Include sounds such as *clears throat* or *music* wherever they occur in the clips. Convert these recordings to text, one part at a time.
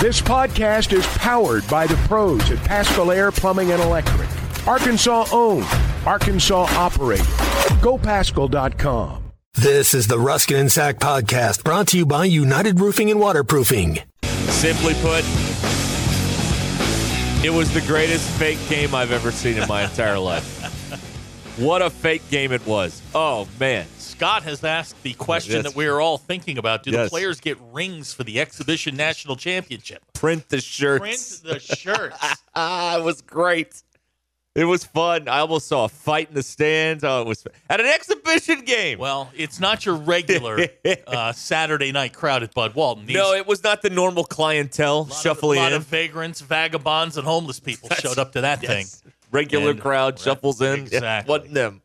This podcast is powered by the pros at Pascal Air Plumbing and Electric. Arkansas owned, Arkansas operated. GoPascal.com. This is the Ruskin and Sack podcast brought to you by United Roofing and Waterproofing. Simply put, it was the greatest fake game I've ever seen in my entire life. What a fake game it was. Oh, man. Scott has asked the question Yes. that we are all thinking about: Do Yes. the players get rings for the exhibition national championship? Print the shirts. Print the shirts. Ah, it was great. It was fun. I almost saw a fight in the stands. Oh, it was at an exhibition game. *laughs* well, it's not your regular uh, Saturday night crowd at Bud Walton. These- no, it was not the normal clientele a lot shuffling of, lot in. of vagrants, vagabonds, and homeless people showed up to that Yes. thing. Regular And- crowd Right. shuffles in. Exactly. Wasn't them.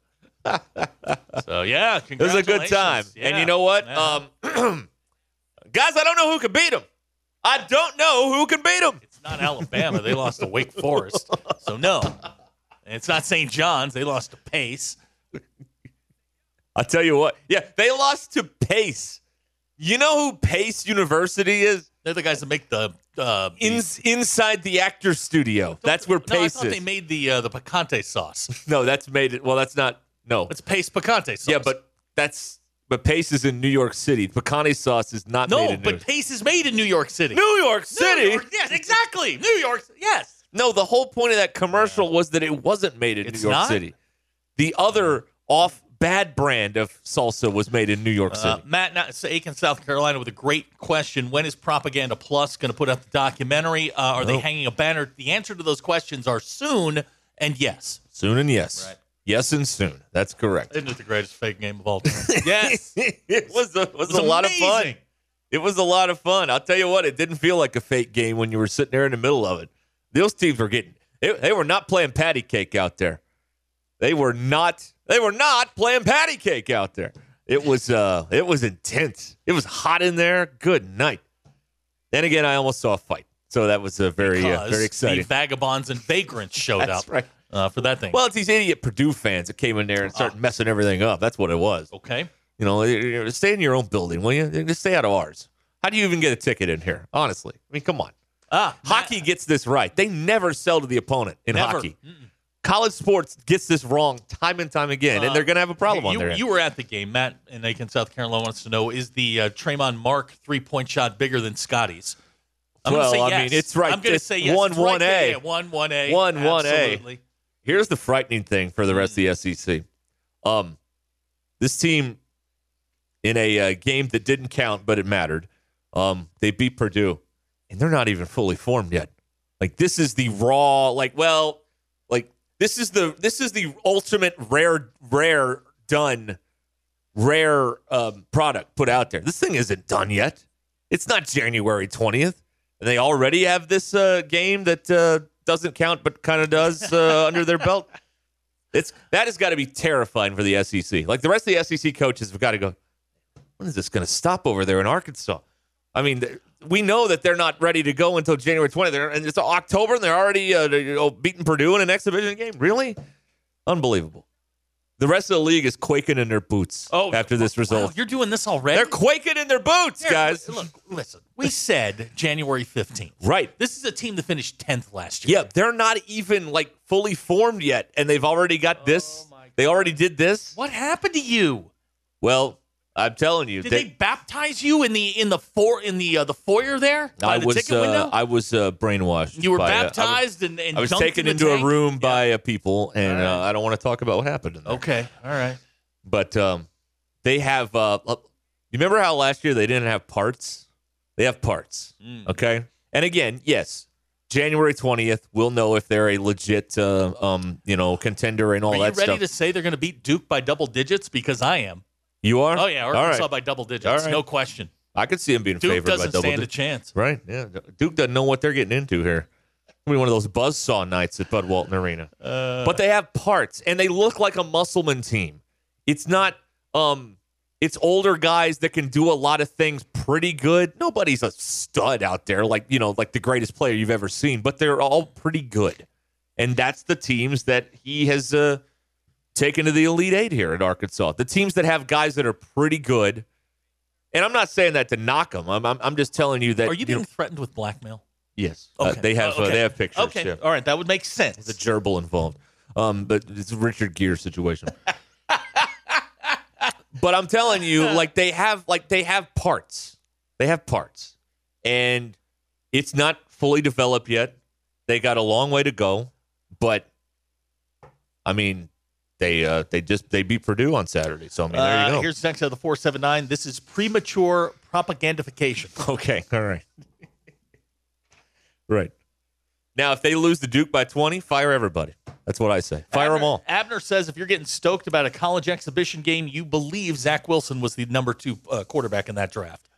So yeah, It was a good time. congratulations. And Yeah. you know what? Yeah. Um, *clears throat* guys, I don't know who can beat them. I don't know who can beat them. it's not Alabama; they lost to Wake Forest. So no, and it's not St. John's; they lost to Pace. I'll tell you what. Yeah, they lost to Pace. You know who Pace University is? They're the guys that make the uh, the- In, inside the actor's studio. That's where No, I Pace thought is. they made the uh, the picante sauce. no, that's made it. Well, that's not. No. It's Pace picante sauce. yeah, but that's. But Pace is in New York City. Picante sauce is not made No, in New but York Pace is made in New York City. New York New City? York- yes, exactly. New York. Yes. No, the whole point of that commercial was that it wasn't made in It's New York not? City. The other off bad brand of salsa was made in New York Uh, City. Matt Na- so Aiken, South Carolina, with a great question. When is Propaganda Plus going to put up the documentary? Uh, are they No. hanging a banner? The answer to those questions are soon and yes. Soon and yes. Right. Yes and soon. That's correct. Isn't it the greatest fake game of all *laughs* time? yes. it was a, was It was a lot of fun. amazing. It was a lot of fun. I'll tell you what, it didn't feel like a fake game when you were sitting there in the middle of it. Those teams were getting they, they were not playing patty cake out there. They were not they were not playing patty cake out there. It was uh it was intense. It was hot in there. Good night. Then again, I almost saw a fight. So that was a very uh, Because very The exciting. vagabonds and vagrants showed That's up right. uh, for that thing. Well, it's these idiot Purdue fans that came in there and Ah. started messing everything up. That's what it was. okay. You know, eh, eh, stay in your own building, will you? Just stay out of ours. How do you even get a ticket in here? Honestly, I mean, come on. Ah, Hockey gets this right. They never sell to the opponent in Never. hockey. College sports gets this wrong time and time again, and they're going to have a problem Uh, Hey, on you, their hands. You were at the game, Matt in Aiken, South Carolina wants to know: Is the uh, Tremon Mark three point shot bigger than Scotty's? I'm Well, gonna say I yes. mean, it's right- I'm going to it's say yes. one, It's right one there. A. Yeah, one one a One, one A. Absolutely. Here's the frightening thing for the rest of the SEC. Um, this team, in a uh, game that didn't count but it mattered, um, they beat Purdue, and they're not even fully formed yet. Like this is the raw. Like well, like this is the this is the ultimate rare rare done rare um, product put out there. This thing isn't done yet. It's not January twentieth, and they already have this uh, game that uh, doesn't count but kind of does *laughs* uh, under their belt. It's that has got to be terrifying for the SEC. Like the rest of the SEC coaches have got to go. When is this going to stop over there in Arkansas? I mean, th- we know that they're not ready to go until January 20th, They're- and it's October, and they're already uh, you know, beating Purdue in an exhibition game. Really, unbelievable. The rest of the league is quaking in their boots Oh, after this wow, result. you're doing this already. they're quaking in their boots, Here, guys. Look, listen. We *laughs* said January fifteenth. Right. This is a team that finished tenth last year. Yeah, they're not even like fully formed yet, and they've already got this. Oh my They already did this. What happened to you? Well, I'm telling you, Did they, baptize you in the in the for in the uh, the foyer there by I, the was, ticket uh, window? I was uh, brainwashed. you were by, uh, I was- baptized and, and I was dunked taken in the into tank? a room Yeah. by uh, people, and All uh, right. I don't want to talk about what happened. In there. Okay. All right. but um, they have. Uh, uh, you remember how last year they didn't have parts? They have parts. Mm. Okay, and again, yes, January twentieth, we'll know if they're a legit, uh, um, you know, contender and all Are you that ready stuff. to say they're going to beat Duke by double digits? Because I am. you are? Oh yeah, all Arkansas right. by double digits, All right. no question. I could see him being Duke favored doesn't by double stand a digits. chance. Right? Yeah. Duke doesn't know what they're getting into here. It'll be one of those buzzsaw nights at Bud Walton Arena. Uh, but they have parts, and they look like a muscleman team. It's not. um It's older guys that can do a lot of things pretty good. Nobody's a stud out there, like you know, like the greatest player you've ever seen. But they're all pretty good, and that's the teams that he has. Uh, taken to the Elite Eight here at Arkansas. The teams that have guys that are pretty good And I'm not saying that to knock them. I'm, I'm, I'm just telling you that. Are you know- being threatened with blackmail? yes. Uh, they have Oh, uh, okay. they have pictures. Okay. yeah. All right. That would make sense. the gerbil involved. Um, but it's a Richard Gere *laughs* situation. but I'm telling you, like they have, like they have parts. They have parts, and it's not fully developed yet. They got a long way to go, but I mean, they uh, they just they beat Purdue on Saturday, so I mean, there you Uh, go. Here's next out of the 479. This is premature propagandification. *laughs* Okay. All *laughs* right. right. Now, if they lose the Duke by 20, fire everybody. That's what I say. Fire them Abner- all. Abner says if you're getting stoked about a college exhibition game, you believe Zach Wilson was the number two uh, quarterback in that draft.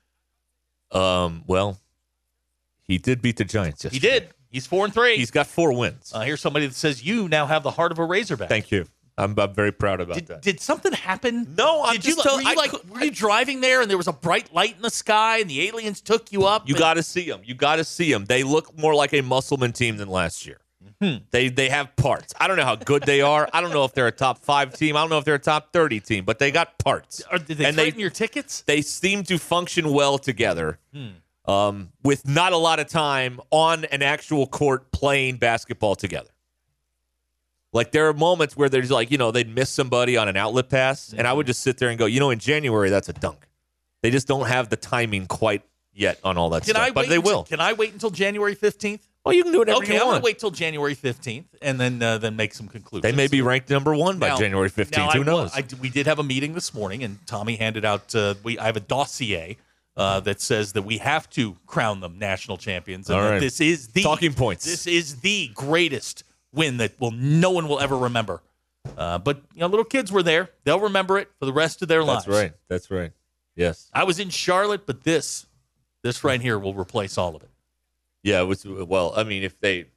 Um, well, he did beat the Giants He yesterday. did. He's four and three. He's got four wins. uh, here's somebody that says you now have the heart of a Razorback. Thank you. I'm, I'm very proud about Did, that. did something happen? no, I'm Did you, just like- tell- were you I like cou- were you driving there and there was a bright light in the sky and the aliens took you up? you and- got to see them. You got to see them. They look more like a muscleman team than last year. They they have parts. I don't know how good they are. I don't know if they're a top five team. I don't know if they're a top thirty team, but they got parts. Or did they and they- threaten your tickets? they seem to function well together um, with not a lot of time on an actual court playing basketball together. Like there are moments where there's like, you know, they'd miss somebody on an outlet pass, and I would just sit there and go, you know, in January, that's a dunk. They just don't have the timing quite yet on all that Can stuff, I? but wait they until- will. Can I wait until January fifteenth? well, you can do whatever you Okay, I'm gonna want. wait till January fifteenth and then uh, then make some conclusions. They may be ranked number one by Now- January now 15th. I- Who knows? I, we did have a meeting this morning, and Tommy handed out. Uh, we I have a dossier uh, that says that we have to crown them national champions. And All that right. This is the Talking points. This is the greatest win that will no one will ever remember. Uh, but you know, little kids were there; they'll remember it for the rest of their lives. that's right. That's right. Yes. I was in Charlotte, but this, this right here will replace all of it. Yeah, it was well. I mean, if they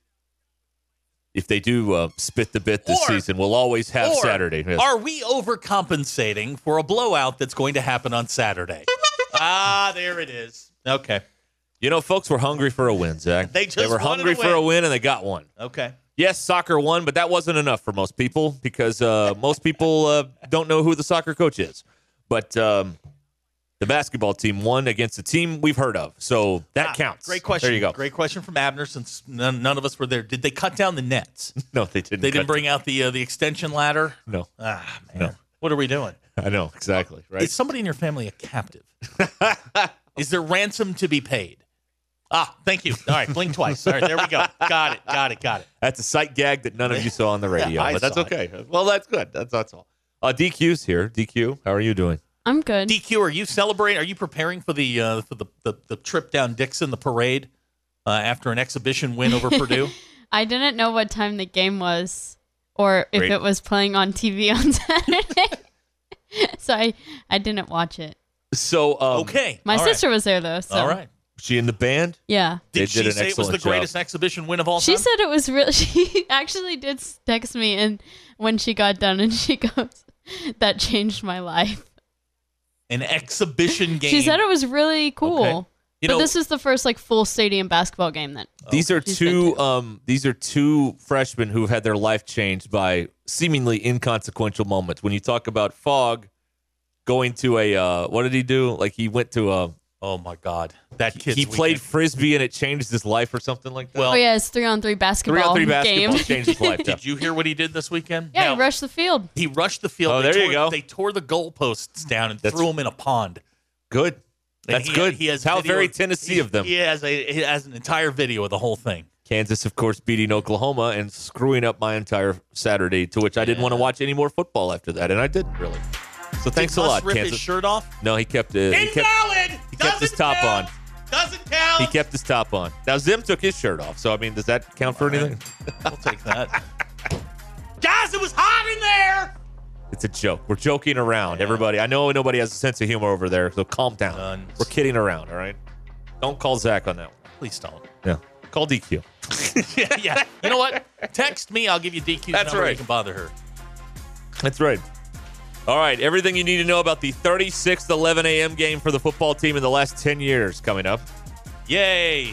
if they do uh, spit the bit this Or- season, we'll always have Or Saturday. Yes. Are we overcompensating for a blowout that's going to happen on Saturday? ah, there it is. Okay. you know, folks were hungry for a win, Zach. They just were wanted hungry a for a win, and they got one. Okay. Yes, soccer won, but that wasn't enough for most people because uh, most people uh, don't know who the soccer coach is. But um, the basketball team won against a team we've heard of, so that Ah, counts. Great question. There you go. Great question from Abner since none, none of us were there. Did they cut down *laughs* the nets? *laughs* No, they didn't. They didn't cut- bring out the uh, the extension ladder? No, Ah, man. No. What are we doing? I know exactly. Right. Is somebody in your family *laughs* a captive? Is there ransom to be paid? Ah, thank you. All right, blink twice. All right, there we go. Got it. Got it. Got it. That's a sight gag that none of you saw on *laughs* the radio, I but that's saw it. okay. Well, that's good. That's that's all. Uh, DQ's here. DQ, how are you doing? I'm good. DQ, are you celebrating? Are you preparing for the uh, for the, the the trip down Dixon, the parade uh, after an exhibition win *laughs* over Purdue? I didn't know what time the game was or if Great. it was playing on TV on *laughs* Saturday. so I, I didn't watch it. So, um, Okay, My all right. sister was there though. So All right. she in the band? Yeah. They did Did, she an say it was excellent the job. greatest exhibition win of all She time? said it was real. *laughs* She actually did text me and when she got done and she *laughs* goes, that changed my life. an exhibition game. *laughs* She said it was really cool. Okay. You but know, this is the first like full stadium basketball game that these are She's been two. Um, these are two freshmen who've had their life changed by seemingly inconsequential moments. When you talk about Fog going to a, uh, what did he do? Like he went to a, Oh my God, that kid. he played frisbee and it changed his life or something like that. Well, Oh yeah, it's three on three basketball, three on three basketball *laughs* game. changed his life. *laughs* Did you hear what he did this weekend? yeah, Now, he rushed the field. he rushed the field. Oh, They there you tore, go. They tore the goalposts down and That's- threw him in a pond. Good. And That's he- good. He has how video very Tennessee he- of them. He has a he has an entire video of the whole thing. Kansas, of course, beating Oklahoma and screwing up my entire Saturday, to which I didn't want to watch any more football after that, and I didn't really. So thanks Did a Russ lot, Rip Kansas. his shirt off. no, he kept it. He kept, Invalid. he kept his Doesn't top count. on. Doesn't count. he kept his top on. Now Zim took his shirt off, so I mean, does that count for anything? *laughs* I'll take that. Guys, it was hot in there. It's a joke. We're joking around, everybody. I know nobody has a sense of humor over there, so calm down. None. We're kidding around, all right? Don't call Zach on that one. Please don't. *laughs* Yeah. Call DQ. yeah. You know what? Text me. I'll give you DQ's That's number. right. You can bother her. That's right. All right, everything you need to know about the 36th 11 a.m. game for the football team in the last 10 years coming up. Yay.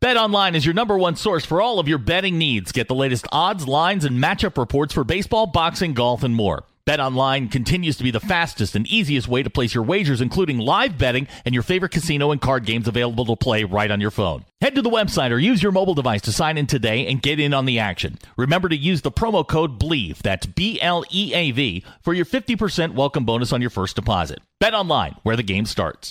BetOnline is your number one source for all of your betting needs. Get the latest odds, lines, and matchup reports for baseball, boxing, golf, and more. BetOnline continues to be the fastest and easiest way to place your wagers, including live betting and your favorite casino and card games available to play right on your phone. Head to the website or use your mobile device to sign in today and get in on the action. Remember to use the promo code BLEAV, that's B L E A V, for your 50% welcome bonus on your first deposit. BetOnline, where the game starts.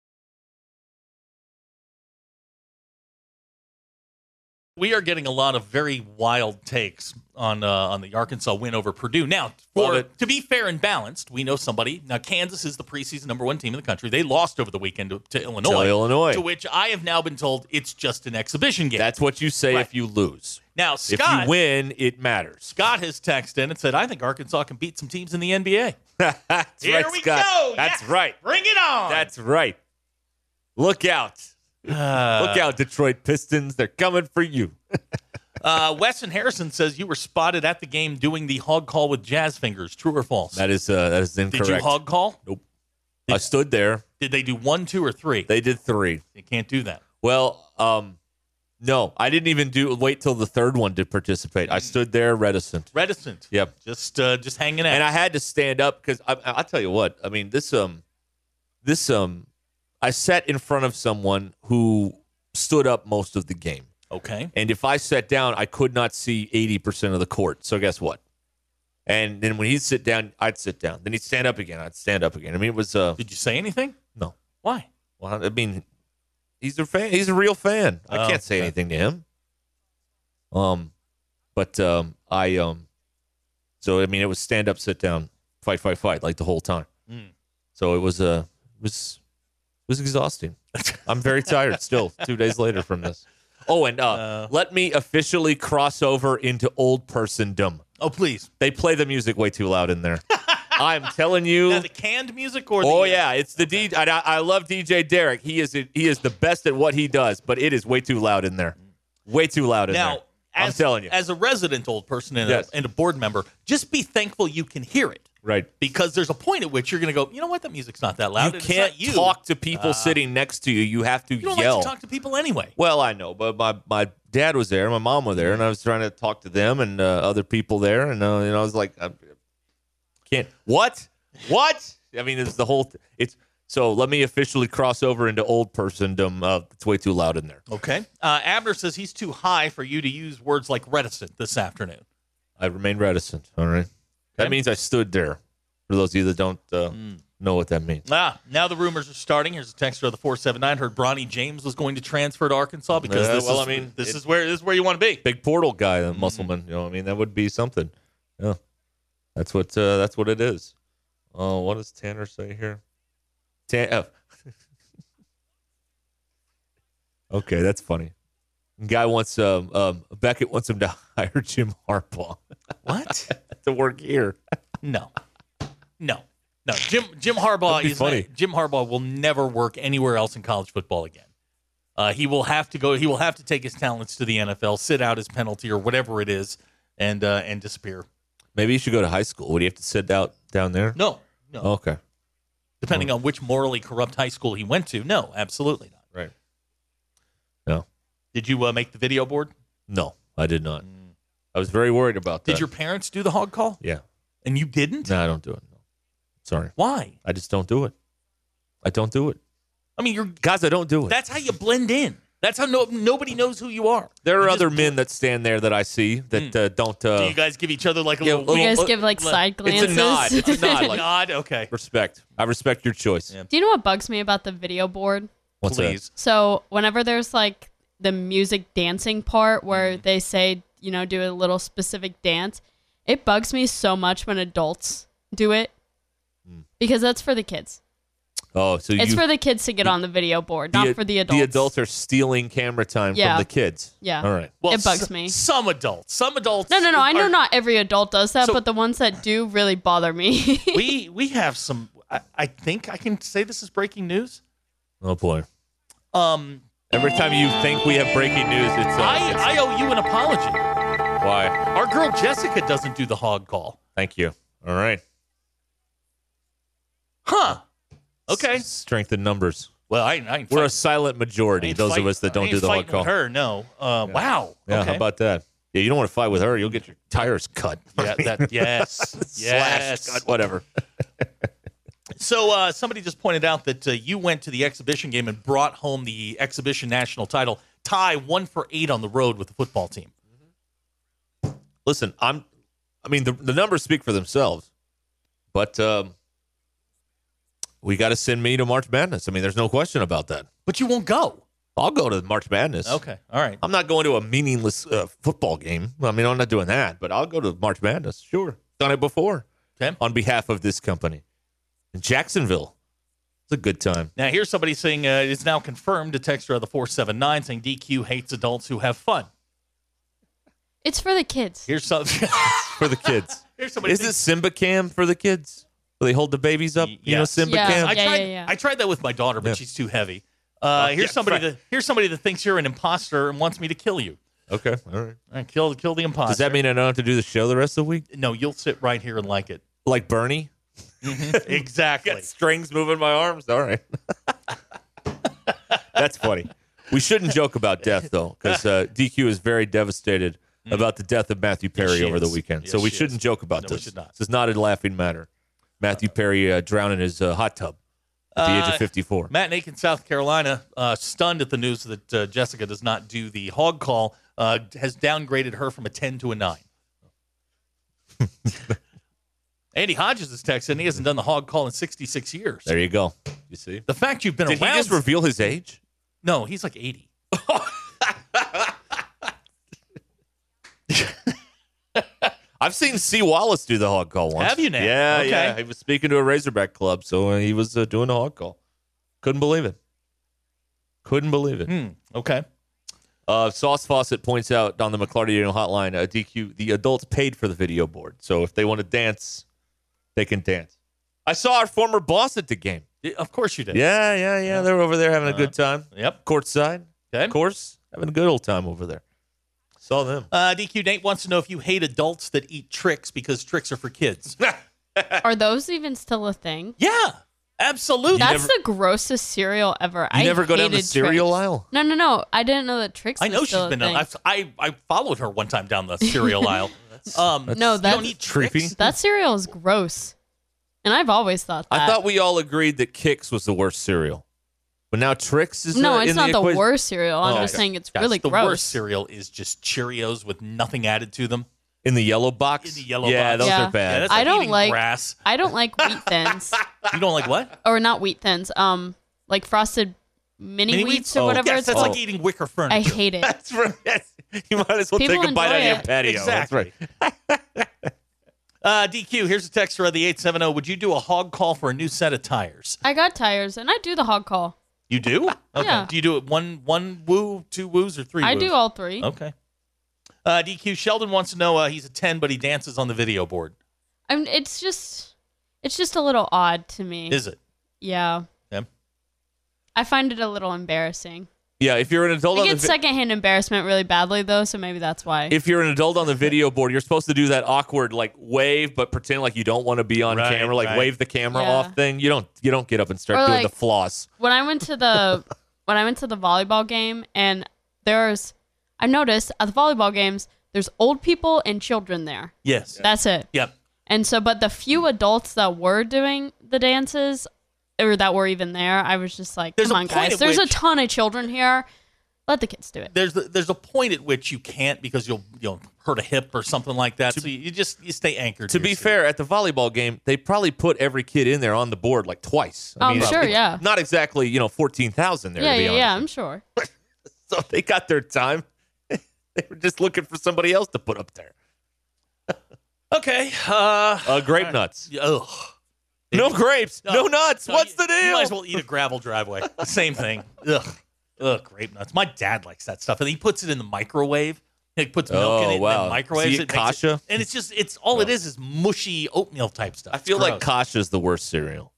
we are getting a lot of very wild takes on uh, on the Arkansas win over Purdue. Now, for, to be fair and balanced, we know somebody. Now, Kansas is the preseason number one team in the country. They lost over the weekend to, to Illinois. To Illinois. To which I have now been told it's just an exhibition game. That's what you say Right. if you lose. now, if Scott you win, it matters. Scott has texted in and said, "I think Arkansas can beat some teams in the NBA." *laughs* That's Here right, we Scott. go. That's Yes. right. Bring it on. That's right. Look out. Look out, Detroit Pistons. They're coming for you. uh, Weston Harrison says you were spotted at the game doing the hog call with jazz fingers. True or false? That is uh, that is Did incorrect. you hog call? I stood there. Did they do one, two, or three? They did three. you can't do that. Well, um, no, I didn't even do wait till the third one to participate. I stood there reticent. Reticent. Yep. Just uh, just hanging out. and I had to stand up because I, I- I'll tell you what. I mean, this um, this um, I sat in front of someone who stood up most of the game, okay. and if I sat down, I could not see eighty percent of the court. So guess what? And then when he'd sit down, I'd sit down. Then he'd stand up again. I'd stand up again. I mean, it was uh, Did you say anything? no. Why? Well, I mean, he's a fan. He's a real fan. I Oh, can't say okay. anything to him. Um, but um, I um, so I mean, it was stand up, sit down, fight, fight, fight, like the whole time. Mm. So it was uh, it was it was *laughs* exhausting. I'm very tired still. Two days later from this. Oh, and uh, let me officially cross over into old persondom. Oh, please. They play the music way too loud in there. *laughs* I'm telling you, Now, the canned music or Oh the, yeah, it's the DJ. and I, I love DJ Derek. He is he is the best at what he does, but it is way too loud in there. Way too loud in Now, there. I'm telling you. as a resident old person and, Yes. a, and a board member, just be thankful you can hear it right. because there's a point at which you're going to go, you know what? That music's not that loud. You and can't it's not you. Ah. talk to people sitting next to you. You have to You don't yell. like to talk to people anyway. well, I know, but my my dad was there, my mom was there, and I was trying to talk to them and uh, other people there, and uh, you know, I was like, I can't. What? What? I mean, it's the whole. Th- it's so. Let me officially cross over into old persondom. Uh, it's way too loud in there. Okay. Uh, Abner says he's too high for you to use words like reticent this afternoon. I remained reticent. All right. That Okay. Mm. means I stood there. For those of you that don't uh, know what that means. Ah, now the rumors are starting. Here's a texter of the 479. Heard Bronny James was going to transfer to Arkansas because Yeah, this well, is, I mean, this it- is where this is where you want to be. Big portal guy, the Mm. muscleman. You know what I mean? That would be something. Yeah. That's what uh, that's what it is. Oh, what does Tanner say here? Tan- oh. *laughs* okay, that's funny. Guy wants um, um Beckett wants him to *laughs* hire Jim Harbaugh *laughs* What? to work here. No, no, no. Jim Jim Harbaugh That'd be is funny. Jim Harbaugh will never work anywhere else in college football again. Uh, he will have to go. He will have to take his talents to the NFL, sit out his penalty or whatever it is, and uh, and disappear. Maybe you should go to high school. Would you have to sit out down there? No, no. Okay. Depending on which morally corrupt high school he went to, no, absolutely not. Right. No. Did you uh, make the video board? No, I did not. Mm. I was very worried about that. Did your parents do the hog call Yeah. and you didn't? No, I don't do it. No. Sorry. Why? I just don't do it. I don't do it. I mean, you're Guys, I don't do it. that's how you blend in. That's how no, nobody knows who you are. There are other men that stand there that I see that uh, don't uh, Do you guys give each other like a Yeah, little well, You wink? guys well, give like well, side it's glances. a nod. It's a *laughs* nod. Like, nod? Okay. respect. I respect your choice. Yeah. Do you know what bugs me about the video board? What's that? Please. So whenever there's like the music dancing part where they say, you know, do a little specific dance, it bugs me so much when adults do it because that's for the kids. Oh, so It's you, for the kids to get on the video board, not for the adults. The adults are stealing camera time Yeah. from the kids. Yeah. All right. Well, it bugs s- me. Some adults. Some adults. No, no, no. I know are- not every adult does that, So- but the ones that do really bother me. *laughs* We we have some. I, I think I can say this is breaking news. Oh boy. Um, Every time you think we have breaking news, it's, uh, it's- I I owe you an apology. why. Our girl Jessica doesn't do the hog call. Thank you. All right. Huh? Okay. S- strength in numbers. Well, I, I ain't We're a fight- silent I majority. ain't Those fight- of us that I don't ain't do the hard fighting with call. Her, no. Uh, Wow. Yeah. okay. How about that? Yeah. You don't want to fight with her. You'll get your tires *laughs* cut. *laughs* yeah, that, yes, yes. Slash cut. Whatever. *laughs* So uh, somebody just pointed out that uh, you went to the exhibition game and brought home the exhibition national title. Tie one for eight on the road with the football team. Listen, I'm. I mean, the the numbers speak for themselves, but um, we got to send me to March Madness. I mean, there's no question about that. But you won't go. I'll go to March Madness. Okay. All right. I'm not going to a meaningless uh, football game. I mean, I'm not doing that, but I'll go to March Madness. Sure. Done it before. Okay. On behalf of this company. In Jacksonville. It's a good time. Now, here's somebody saying uh, it's now confirmed. A texter of the 479 saying DQ hates adults who have fun. it's for the kids. Here's some. *laughs* For the kids. here's somebody. Is saying- this Simba Cam for the kids? Where they hold the babies up? You know, Yes. Simba Yeah. Cam? I Yeah, tried. yeah, yeah. I tried that with my daughter, but Yeah. Oh, she's too heavy. Uh, here's yeah, somebody. right. That, here's somebody that thinks you're an imposter and wants me to kill you. Okay. All right. All right, kill, kill the imposter. Does that mean I don't have to do the show the rest of the week? no? You'll sit right here and like it. Like Bernie? exactly. Got strings moving my arms. All right. *laughs* That's funny. We shouldn't joke about death though, because uh, DQ is very devastated about the death of Matthew Perry she over the is. weekend. Mm. Yes, so we she shouldn't is. joke about No, we this. should not. This is not a laughing matter. Matthew Perry uh, drowned in his uh, hot tub at the age Uh, of 54. Matt and Aiken, South Carolina, uh, stunned at the news that uh, Jessica does not do the hog call, uh, has downgraded her from a 10 to *laughs* a 9. Andy Hodges is texting. He hasn't done the hog call in 66 years. there you go. You see? The fact you've been Did he around. just reveal his age? no, he's like 80. I've seen C. Wallace do the hog call once. Have you now? Yeah, Okay. yeah. He was speaking to a Razorback club, so uh, he was uh, doing the hog call. Couldn't believe it. Couldn't believe it. Hmm. Okay. Uh, Sauce Fawcett points out on the McClarty Radio Hotline, uh, DQ, the adults paid for the video board. So if they want to dance, they can dance. I saw our former boss at the game. Yeah, Of course you did. Yeah, yeah, yeah. They were over there having a good time. Yep. Courtside, Okay. of course, having a good old time over there. Saw them. Uh, DQ Nate wants to know if you hate adults that eat tricks because tricks are for kids. Are those even still a thing? yeah, absolutely. That's the grossest cereal ever. You I never go down the hated cereal Trix. aisle? No, no, no. I didn't know that tricks. I know was she's still been. A thing. I, I I followed her one time down *laughs* the cereal aisle. Um, No, you don't that's- eat tricks? Creepy. that cereal is gross, and I've always thought that. I thought we all agreed that Kix was the worst cereal. But now Trix is no, uh, it's in not the, equation. worst cereal. I'm Oh, just okay. saying it's Guys, really the gross. worst cereal is just Cheerios with nothing added to them. In the yellow box? In the yellow Yeah, box. those Yeah. are bad. Yeah, that's I like don't eating like- grass. I don't like wheat thins, You don't like what? or not wheat thins. Um, like frosted mini, Mini wheats wheats? or Oh, whatever yes, it's that's called. like eating wicker furniture. I hate *laughs* it. That's right. Yes. You might as well People take a bite out enjoy of your it. patio. That's Exactly. right. uh, DQ, here's a texter of the 870. Would you do a hog call for a new set of tires? I got tires, and I do the hog call. You do? Okay. Yeah. Do you do it one one woo, two woos, or three I woos? do all Oh. three. Okay. Uh, DQ, Sheldon wants to know uh, he's a 10, but he dances on the video board. I mean, it's just, it's just a little odd to me. Is it? yeah, Yeah. I find it a little embarrassing. Yeah, if you're an adult I on the get vi- secondhand embarrassment really badly though, so maybe that's why. if you're an adult on the video board, you're supposed to do that awkward like wave, but pretend like you don't want to be on Right, camera, like right. wave the camera Yeah. off thing. You don't you don't get up and start Or, doing like- the floss. when I went to *laughs* the when I went to the volleyball game and there's I noticed at the volleyball games there's old people and children there. Yes. That's it. Yep. And so but the few adults that were doing the dances or that were even there, I was just like, There's come a on point guys, at there's which- a ton of children here. Let the kids do it. there's there's a point at which you can't because you'll you'll hurt a hip or something like that. so you, you just you stay anchored. To be your seat. fair, at the volleyball game, they probably put every kid in there on the board like twice. Oh, I'm sure, it's yeah. Not exactly, you know, 14,000 there, yeah, to be yeah, honest. yeah. I'm sure. So *laughs* they got their time. *laughs* they were just looking for somebody else to put up there. okay. Uh, Uh, grape nuts. ugh. No grapes, no, No. nuts. No, What's you- the deal? You might as well eat a gravel driveway. Same thing. Ugh. Ugh. Grape nuts. My dad likes that stuff, and he puts it in the microwave. He puts milk Oh, in it and wow. then So microwaves you it, get makes it- kasha? and it's just it's all it is is mushy oatmeal type stuff. I feel It's like gross. Kasha's the worst cereal,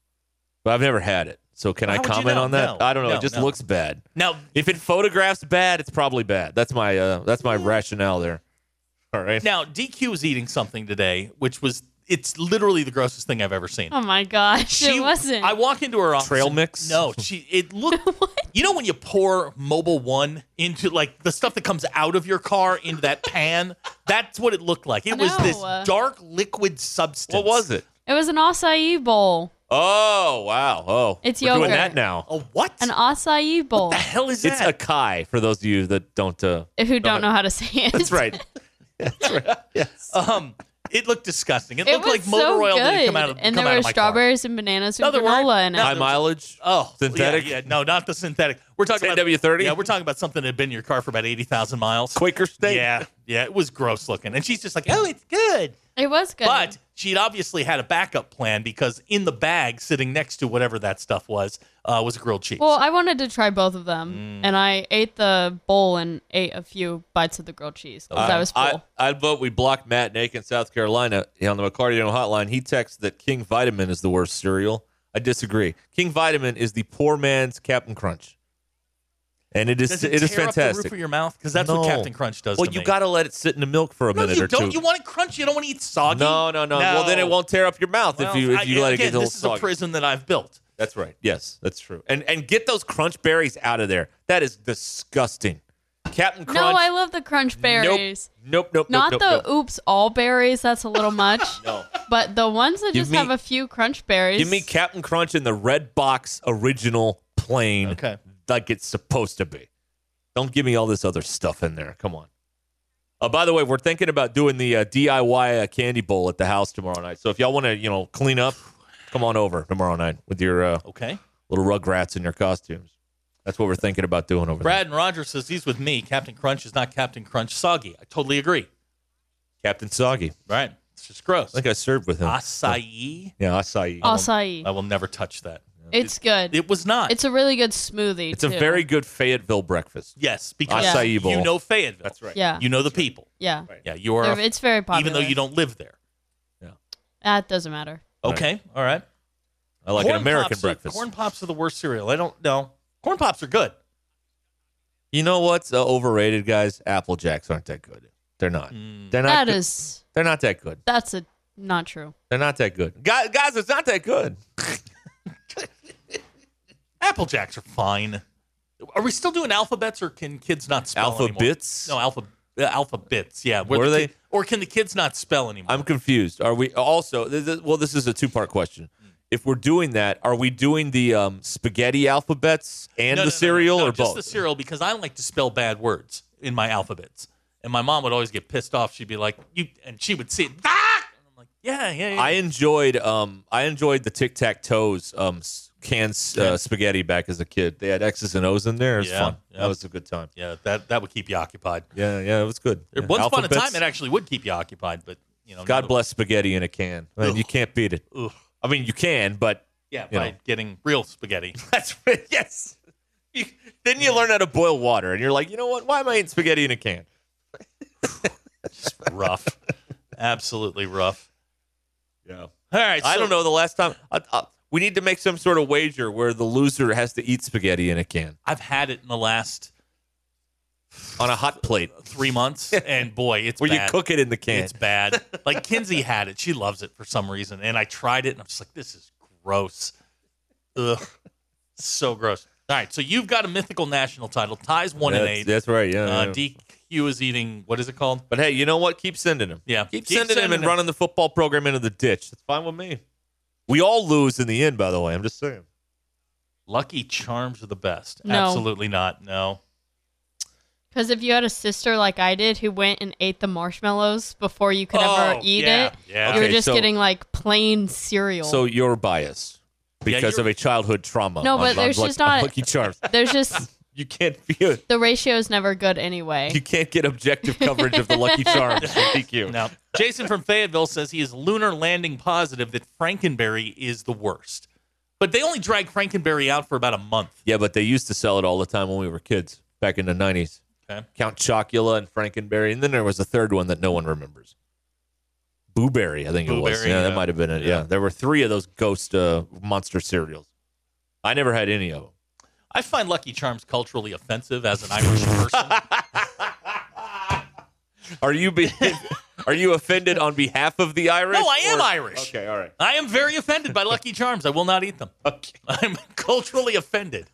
but I've never had it. So can I How would you comment know? on that? No, I don't know. no, it just no. looks bad. now If it photographs bad, it's probably bad. That's my uh, that's my rationale there. All right. now DQ was eating something today, which was it's literally the grossest thing I've ever seen. Oh my gosh, it wasn't. I walk into her office. Trail and- mix? No, *laughs* she. It looked. you know when you pour Mobile One into like the stuff that comes out of your car into that pan? That's what it looked like. It was this No. dark liquid substance. what was it? it was an acai bowl. Oh wow. Oh, It's we're doing yogurt. that now. A what? An acai bowl. the hell is It's that? acai for those of you that don't. Uh, Who don't know how to say it? that's right. um, it looked disgusting. It, It looked was like motor so oil that had good. come out of and come there out were of my car. strawberries and bananas No, and there weren't. granola in it. No, High there- mileage. Oh, Synthetic? Yeah, yeah, no, not the synthetic. We're talking about NW30? Yeah, we're talking about something that had been in your car for about eighty thousand miles. Quaker steak. Yeah, yeah, it was gross looking, and she's just like, "Oh, it's good." It was good. But she'd obviously had a backup plan because in the bag, sitting next to whatever that stuff was, uh, was grilled cheese. well, I wanted to try both of them, and I ate the bowl and ate a few bites of the grilled cheese because I was full. I, I'd vote we block Matt Nakin, South Carolina, on the McCarty hotline. He texts that King Vitamin is the worst cereal. I disagree. King Vitamin is the poor man's Captain Crunch, and it is does it it, is tear up the fantastic. roof of your mouth? Because that's No. what Captain Crunch does. well, to you me. got to let it sit in the milk for a no, minute you or don't. two. You want it crunchy. You don't want to eat soggy. no, no, no, Well, then it won't tear up your mouth if Well, you I- if you let it again, get a little this is a soggy. prison that I've built. That's right. Yes, that's true. And and get those crunch berries out of there. That is disgusting. Captain Crunch. no, I love the crunch nope, berries. nope, nope, Not nope, the nope, nope. oops all berries. That's a little much. No. But the ones that Give just me- have a few crunch berries. Give me Captain Crunch in the red box original plain. Okay. Like it's supposed to be. Don't give me all this other stuff in there. Come on. Uh, by the way, we're thinking about doing the uh, DIY uh, candy bowl at the house tomorrow night. So if y'all want to, you know, clean up, come on over tomorrow night with your uh, Okay. little Rugrats in your costumes. That's what we're thinking about doing over Brad and Roger says he's with me. Captain Crunch is not Captain Crunch soggy. I totally agree. there. Captain Soggy. Right? It's just gross. I think I served with him. Acai. Yeah, acai. acai. I will never touch that. it's good. It was not. it's a really good smoothie. It's a too. very good Fayetteville breakfast. yes because Acai you bowl. know Fayetteville. That's right. Yeah. You know the people. yeah. Yeah, you are. They're- It's very popular. even though you don't live there. That doesn't matter. Okay, all right. I like an Corn American pops are- breakfast. corn pops are the worst cereal. I don't know. Corn pops are good. You know what's uh, overrated, guys? Apple Jacks aren't that good. They're not. Mm. They're not. That good. is. They're not that good. That's a not true. They're not that good. Guys, guys it's not that good. Apple Jacks are fine. Are we still doing alphabets, or can kids not spell Alpha anymore? Bits? No, alpha uh, alphabets. Yeah, What the are they? kid- or can the kids not spell anymore? I'm confused. Are we also? Th- th- well, this is a two part question. If we're doing that, are we doing the um, spaghetti alphabets and No, no, no, the no, cereal, no, or just both? the cereal because I like to spell bad words in my alphabets, and my mom would always get pissed off. She'd be like, "You," and she would see it. Ah! And I'm like, "Yeah, yeah, yeah." I enjoyed um I enjoyed the Tic Tac Toes um s- canned uh, spaghetti back as a kid. They had X's and O's in there. It was Yeah, fun. yeah. That was a good time. yeah, that that would keep you occupied. Yeah, yeah, it was good. Yeah. Once upon a Alphabets. time, it actually would keep you occupied, but you know, God now- bless spaghetti in a can. Man, you can't beat it. Ugh. I mean, you can, but Yeah, you by know. getting real spaghetti. that's yes. You, then you learn how to boil water, and you're like, you know what? Why am I eating spaghetti in a can? rough. Absolutely rough. Yeah. All right. So I don't know. The last time I, I, we need to make some sort of wager where the loser has to eat spaghetti in a can I've had it in the last on a hot plate, *laughs* three months, and boy, it's where bad. you cook it in the can. It's bad. Like Kinsey had it. She loves it for some reason. And I tried it, and I'm just like, this is gross. Ugh. So gross. All right. So you've got a mythical national title. Ties one that's, and eight. That's right. Yeah. uh, yeah. DQ is eating, what is it called? But hey, you know what? Keep sending him. Yeah. Keep, Keep sending, him sending and him. running the football program into the ditch. That's fine with me. We all lose in the end, by the way. I'm just saying. Lucky Charms are the best. No. *laughs* Absolutely not. No. Because if you had a sister like I did who went and ate the marshmallows before you could ever Oh, eat yeah, it, yeah. you were Okay, just so- getting like plain cereal. So you're biased Yeah, because of you're- a childhood trauma. No, on- but on there's Luck- just not- on Lucky Charms. *laughs* There's just You can't be a, the ratio is never good anyway. you can't get objective coverage of the Lucky Charms *laughs* from DQ. Now, Jason from Fayetteville says he is lunar landing positive that Frankenberry is the worst. But they only drag Frankenberry out for about a month. Yeah, but they used to sell it all the time when we were kids back in the 90s. Okay. Count Chocula and Frankenberry. And then there was a third one that no one remembers. Booberry, I think it was. Booberry, Yeah, that yeah. might have been it. Yeah. There were three of those ghost uh, monster cereals. I never had any of them. I find Lucky Charms culturally offensive as an *laughs* Irish person. Are you be- *laughs* are you offended on behalf of the Irish? No, Oh, I am or- Irish. Okay, all right. I am very offended by Lucky Charms. I will not eat them. *laughs* I'm culturally offended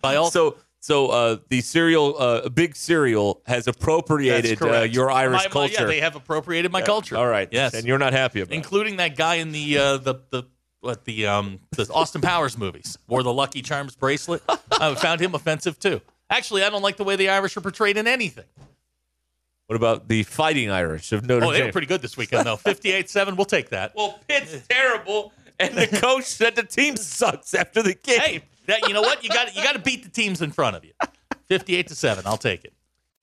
by all. So so uh, the cereal, uh, big cereal, has That's appropriated uh, correct. your My- Irish my- culture. yeah, they have appropriated my culture. All right. Yes. And you're not happy about it. including that guy in the uh, the the what the um the Austin Powers movies wore the Lucky Charms bracelet. I found him offensive too. Actually, I don't like the way the Irish are portrayed in anything. What about the fighting Irish of Notre Oh, they Dame? were pretty good this weekend though. Fifty-eight-seven. We'll take that. well, Pitt's terrible, and the coach said the team sucks after the game. Hey, that you know what you got you got to beat the teams in front of you. Fifty-eight to seven. I'll take it.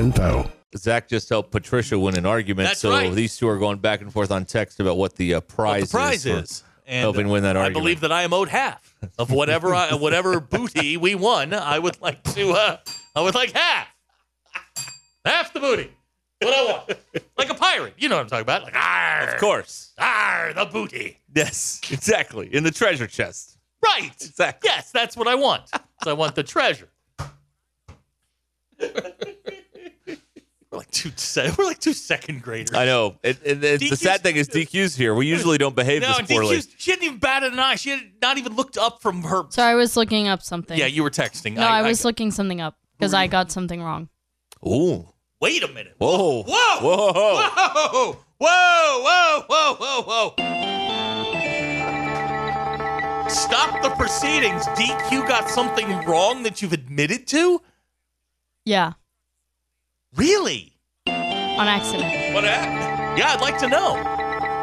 info. Zach just helped Patricia win an argument, That's so right. these two are going back and forth on text about what the uh, What prize the prize is. uh, for- is. And helping win that I argument. believe that I am owed half of whatever *laughs* I, whatever booty we won. I would like to. Uh, I would like half, half the booty. What I want, like a pirate. You know what I'm talking about? Like arr, Of course. arr, the booty. Yes, *laughs* exactly. In the treasure chest. Right. Exactly. Yes, that's what I want. So I want the treasure. we're like two. Se- *laughs* we're like two second graders. I know. It, it, it- the DQ's sad thing is DQ's here. We usually don't behave No, this poorly. DQ, she didn't even bat an eye. She had not even looked up from her. so I was looking up something. Yeah, you were texting. no, I, was looking something up because I got something wrong. Ooh. Wait a minute. Whoa. Whoa. Whoa. Whoa. *laughs* Whoa. Whoa. Whoa. Whoa. Whoa. Stop the proceedings. DQ got something wrong that you've admitted to? Yeah, Really? on accident. What happened? Yeah, I'd like to know.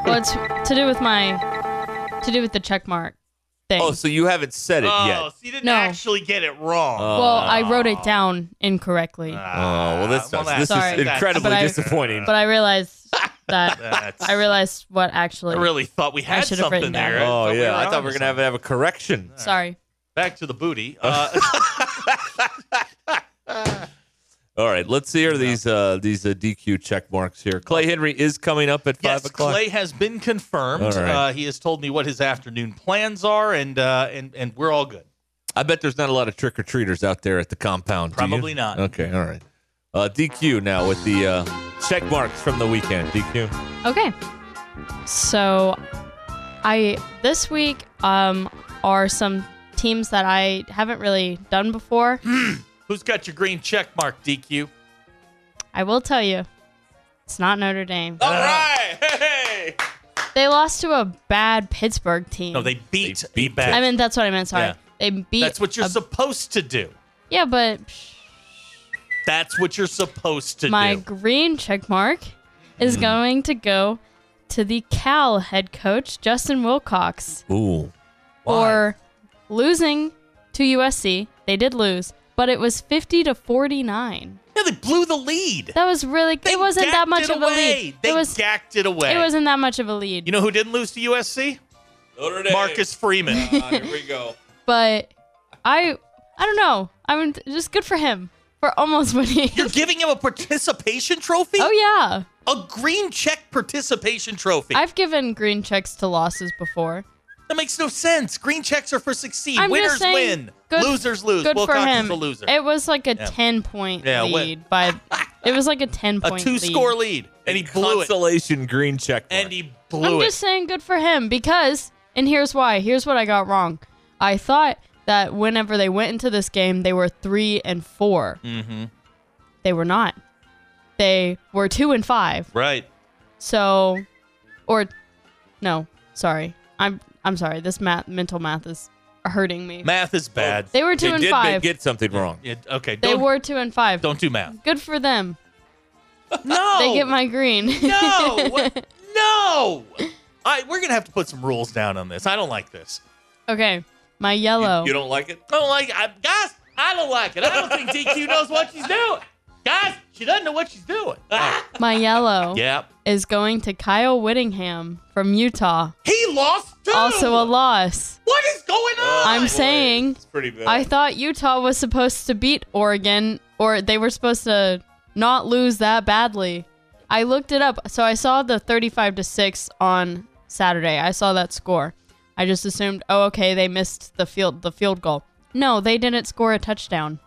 Well, it's to do with my to do with the check mark thing. Oh, so you haven't said it yet. Uh, Oh, so you didn't No. actually get it wrong. Ah, well, I wrote it down incorrectly, Ah. Oh, well, this, well, sucks. this that's- is that's- incredibly But I- disappointing. but I *laughs* realized that That's, I realized what actually. I really thought we had should have something written down. there. oh, we yeah. were I thought onto we were going to have, have a correction. sorry. Back to *laughs* the booty. Uh, All right, let's hear these uh, these uh, DQ check marks here. Clay Henry is coming up at 5 yes, o'clock. Clay has been confirmed. All right. Uh, he has told me what his afternoon plans are, and uh, and and we're all good. I bet there's not a lot of trick or treaters out there at the compound. do you? Probably not. Okay, all right. Uh, DQ now with the uh, check marks from the weekend. DQ. Okay. So I this week um are some teams that I haven't really done before. Who's got your green check mark, DQ? I will tell you, it's not Notre Dame. All right. Hey. They lost to a bad Pittsburgh team. No, they beat, They beat a bad. I mean, that's what I meant. Sorry, Yeah. they beat. That's what you're a- supposed to do. yeah, but That's what you're supposed to my do. Hmm. green check mark is going to go to the Cal head coach Justin Wilcox Ooh. for losing to USC. They did lose, but it was 50 to 49. Yeah, they blew the lead. That was really. They it wasn't gacked that much it of a away. lead. They it was. gacked it away. It wasn't that much of a lead. You know who didn't lose to USC? Notre Dame. Marcus Freeman. *laughs* Ah, here we go. but I, I don't know. I mean, just good for him for almost *laughs* winning. You're giving him a participation trophy? oh yeah. A green check participation trophy. I've given green checks to losses before. that makes no sense. Green checks are for succeed. I'm Winners just saying, win. good- Losers lose. Good Wilcox for him. is a loser. It was like a Yeah. ten point Yeah, win. lead *laughs* by. It was like a ten a point. two score lead. And he blew it. Consolation green check. mark. And he blew I'm it. just saying, good for him because, and here's why. Here's what I got wrong. I thought that whenever they went into this game, they were three and 4 Mm-hmm. They were not. They were two and five. right. So, or no, sorry. I'm I'm sorry. This math, mental math is hurting me. Math is bad. They were two They and did five. get something wrong. yeah, okay. they don't, were two and five. don't do math. Good for them. No. They get my green. No. What- no. I, we're going to have to put some rules down on this. I don't like this. *laughs* okay, my yellow. You don't like it? I don't like I, guys. I don't like it. I don't think DQ knows what she's doing. Guys, she doesn't know what she's doing. my yellow *laughs* yeah, is going to Kyle Whittingham from Utah. he lost too. Also a loss. What is going on? I'm saying Oh, Pretty bad. I thought Utah was supposed to beat Oregon, or they were supposed to not lose that badly. I looked it up, so I saw the 35 to six on Saturday. I saw that score. I just assumed, oh, okay, they missed the field the field goal. No, they didn't score a touchdown.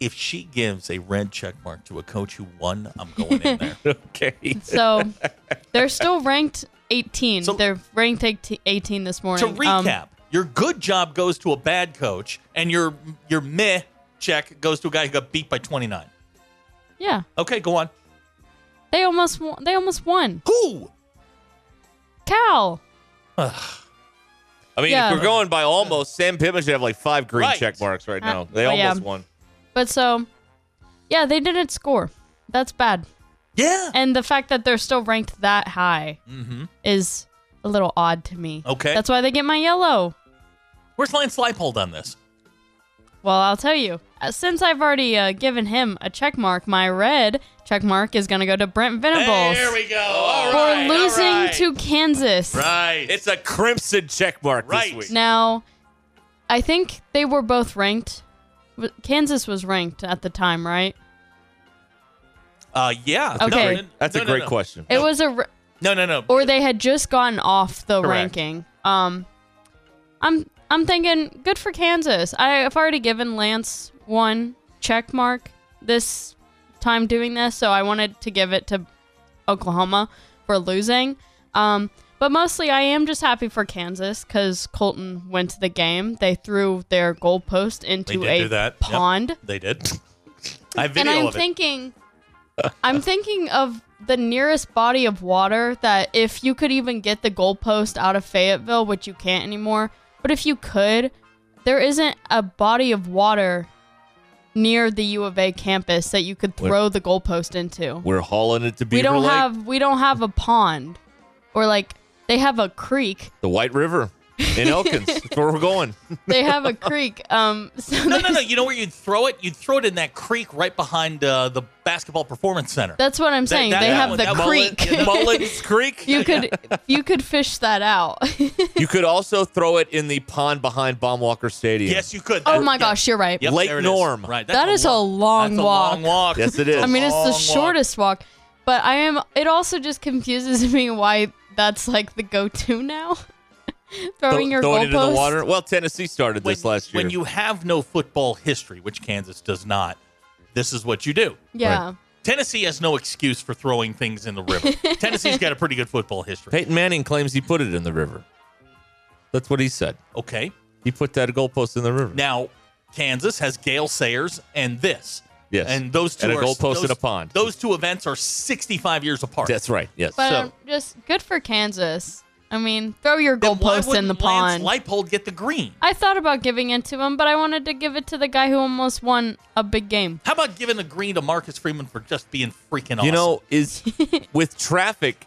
if she gives a red check mark to a coach who won, I'm going in *laughs* there. okay. So they're still ranked 18. So- they're ranked 18 18 this to morning. Um, recap, your good job goes to a bad coach, and your your meh check goes to a guy who got beat by 29. yeah, Okay, go on. they almost won, they almost won. Who? *sighs* Cal. I mean, Yeah. if we're going by almost, Sam Pittman should have like five green Right. check marks right Uh, now. They oh, almost yeah. won. But so yeah, they didn't score. That's bad. Yeah. And the fact that they're still ranked that high is a little odd to me. Mm-hmm. Okay. That's why they get my yellow. Where's Lance Leipold on this? Well, I'll tell you. uh, Since I've already uh, given him a check mark, my red check mark is going to go to Brent Venables There we go. for All right. all losing right. to Kansas. Right. It's a crimson check mark Right. this week. Now, I think they were both ranked. W- Kansas was ranked at the time, right? Uh, yeah. That's a Okay. great- That's no, a no, great no. question. It was a, ra- No, no, no. or they had just gotten off the Correct. ranking. Um, I'm I'm thinking good for Kansas. I have already given Lance one check mark this time doing this, so I wanted to give it to Oklahoma for losing. Um, but mostly, I am just happy for Kansas because Colton went to the game. They threw their goalpost into did a do that. Yep. pond. *laughs* They did. I have video and I'm of it. thinking, I'm thinking of the nearest body of water that if you could even get the goalpost out of Fayetteville, which you can't anymore, but if you could, there isn't a body of water near the U of A campus that you could Where- throw the goalpost into. We're hauling it to Beaver We don't Lake, have we don't have a pond, or like they have a creek. the White River in *laughs* Elkins. That's where we're going. They have *laughs* a creek. Um, so no, no, there's- no. You know where you'd throw it? You'd throw it in that creek right behind uh, the basketball performance center. That's what I'm saying. that- they that have one- the that one- creek. Mullins Creek. *laughs* you could *laughs* you could fish that out. You could also throw it in the pond behind Baumwalker Stadium. Yes, you could. Oh my gosh, you're right. Yep, Lake there it is. Norm. Right. That is a long that's walk. A long walk. Yes, it is. I mean, it's the Long walk. shortest walk, but I am. It also just confuses *laughs* me why that's like the go-to now. *laughs* Throw- Throwing your throw it into the goalpost. water. Well, Tennessee started When, this last year. when you have no football history, which Kansas does not, this is what you do. Yeah. Tennessee has no excuse for throwing things in the *laughs* river. Tennessee's got a pretty good football history. Peyton Manning claims he put it in the river. That's what he said. Okay. He put that goalpost in the river. Now, Kansas has Gale Sayers and this. Yes. And those two And a are goalpost those, and a pond. Those two events are 65 years apart. That's right. Yes. But So- um, just good for Kansas. I mean, throw your Then why goalpost in the wouldn't Lance pond. Leipold get the green. I thought about giving it to him, but I wanted to give it to the guy who almost won a big game. How about giving the green to Marcus Freeman for just being freaking awesome? Mm-hmm. You know, *laughs* is with traffic,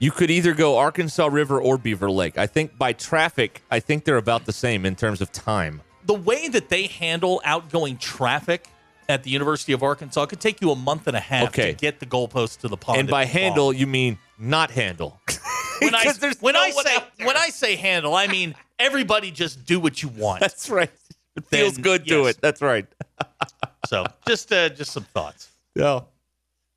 you could either go Arkansas River or Beaver Lake. I think by traffic, I think they're about the same in terms of time. the way that they handle outgoing traffic at the University of Arkansas could take you a month and a half Okay. to get the goalpost to the pond. and by at the handle, ball. you mean not handle. *laughs* when I 'Cause there's when no I one say out there. when I say handle, I mean everybody just do what *laughs* you want. That's right. It feels Then, good to yes. it. That's right. so just uh, just some thoughts. Yeah.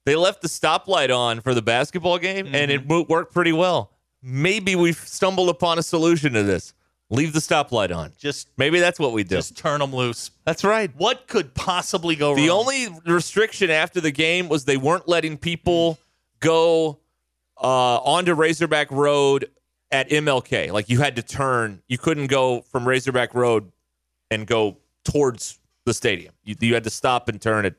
They left the stoplight on for the basketball game, and Mm-hmm. it mo- worked pretty well. Maybe we've stumbled upon a solution to this. Leave the stoplight on. Just Maybe that's what we do. just turn them loose. that's right. What could possibly go The wrong? only restriction after the game was they weren't letting people go uh, onto Razorback Road at MLK. Like you had to turn, you couldn't go from Razorback Road and go towards the stadium. You, you had to stop and turn at.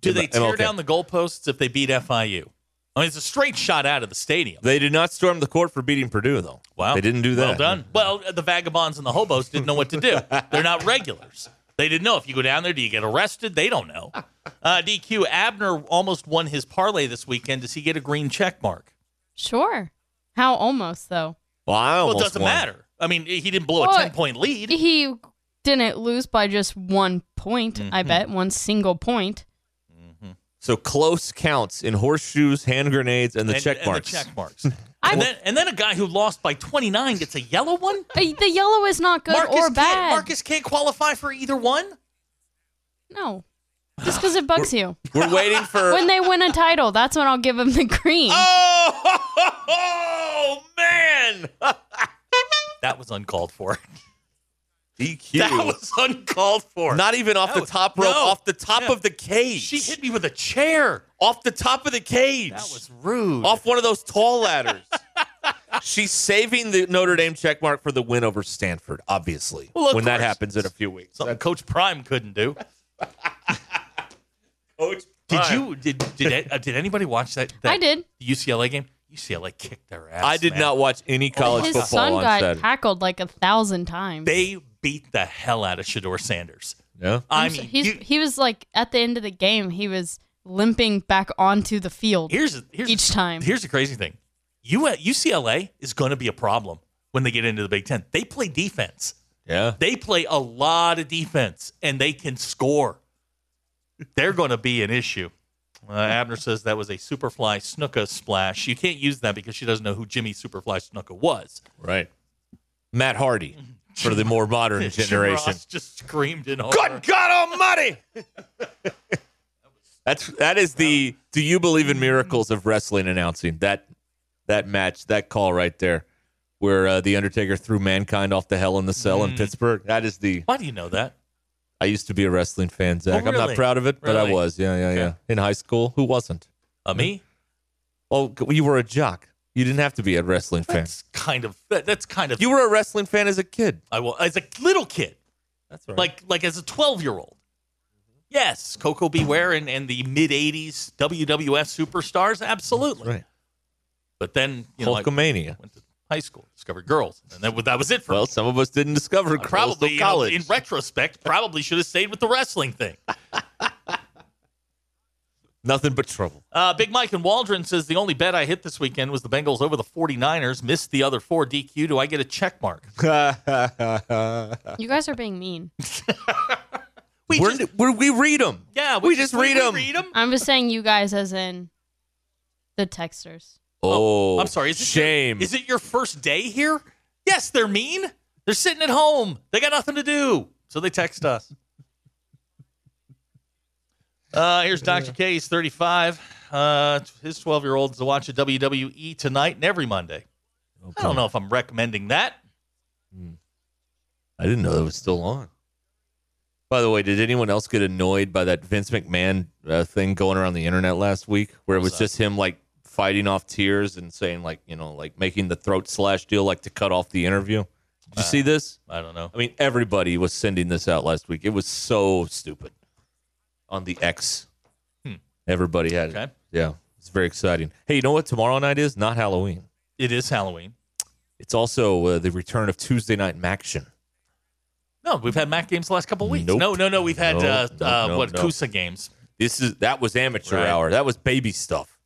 do they tear MLK. down the goalposts if they beat FIU? I mean, it's a straight shot out of the stadium. They did not storm the court for beating Purdue, though. Wow. They didn't do that. Oh, Well done. Well, the vagabonds and the hobos didn't know what to do. They're not regulars. They didn't know if you go down there, do you get arrested? They don't know. Uh, DQ Abner almost won his parlay this weekend. Does he get a green check mark? Sure. How almost though? Well, I Well, almost it doesn't won. matter. I mean, he didn't blow a Well, ten point lead. He didn't lose by just one point. Mm-hmm. I bet one single point. So close counts in horseshoes, hand grenades, and the and, check and the marks. check *laughs* marks. and, then, and then a guy who lost by twenty nine gets a yellow one. Uh, The yellow is not good Marcus or can't, bad. Marcus can't qualify for either one. No. Just because it bugs *sighs* you. We're waiting for. *laughs* When they win a title, that's when I'll give them the green. *laughs* oh man! That was uncalled for. *laughs* DQ. That was uncalled for. Not even off the was- top rope, no. off the top Yeah. of the cage. she hit me with a chair. off the top of the cage. That was rude. off one of those tall ladders. *laughs* She's saving the Notre Dame check mark for the win over Stanford, obviously. Well, of when that course. happens in a few weeks. Something Coach Prime couldn't do. Coach, Did you? Did *laughs* did uh, did anybody watch that? that I did. The UCLA game. UCLA kicked their ass. I did man. not watch any college His football son on got Saturday. tackled like a thousand times. They beat the hell out of Shador Sanders. Yeah. I So mean, he's, you- he was like at the end of the game, he was limping back onto the field. here's here's each time. Here's the crazy thing. U- UCLA is going to be a problem when they get into the Big Ten. They play defense. Yeah. They play a lot of defense and they can score. They're going to be an issue. Uh, Abner says that was a Superfly Snuka splash. You can't use that because she doesn't know who Jimmy Superfly Snuka was. Right. Matt Hardy for the more modern *laughs* Jim generation. Ross just screamed in horror. Good God Almighty! That's that is the do you believe in miracles of wrestling announcing that that match that call right there where uh, the Undertaker threw mankind off the Hell in the Cell Mm-hmm. in Pittsburgh. That is the Why do you know that? I used to be a wrestling fan, Zach. I'm Oh, really? not proud of it, but I Really? was. Yeah, yeah, yeah. In high school, who wasn't? Uh, me? Oh, you were a jock. You didn't have to be a wrestling fan. That's kind of that, that's kind of You were a wrestling fan as a kid. I will as a little kid, That's right. like like as a 12-year-old. Yes, Coco Beware and, and the mid 80s WWF superstars, absolutely. right. But then, you know, I Hulkamania. went to high school, discovered girls, and that, that was it for me. Well, some of us didn't discover I girls till probably you know, college. in retrospect probably should have stayed with the wrestling thing Nothing but trouble. uh, big mike and waldron says the only bet i hit this weekend was the bengals over the 49ers missed the other four dq do i get a check *laughs* mark *laughs* You guys are being mean. we We're- just, we're- we read them. yeah we just read 'em. read 'em. I'm just saying, you guys, as in the texters. Oh, i'm sorry is this your- shame. is it your first day here yes they're mean they're sitting at home they got nothing to do so they text us Uh, here's Dr. K. He's 35. Uh, his 12 year old is to watch a E WWE tonight and every Monday. I don't know if I'm recommending that. I didn't know that was still on. By the way, did anyone else get annoyed by that Vince McMahon uh, thing going around the internet last week, where it was just him like fighting off tears and saying like you know like making the throat slash deal like to cut off the interview? Did Uh, you see this? I don't know. I mean, everybody was sending this out last week. It was so stupid on the X. Everybody had it. Hmm. Okay. Yeah, it's very exciting. Hey, you know what? Tomorrow night is not Halloween. It is Halloween. It's also uh, the return of Tuesday night Maction. No, we've had Mac games the last couple of weeks. Nope. No, no, no. We've had Nope, uh, nope, uh, nope, what nope. Kusa games. This is that was amateur Right. hour. That was baby *laughs* stuff.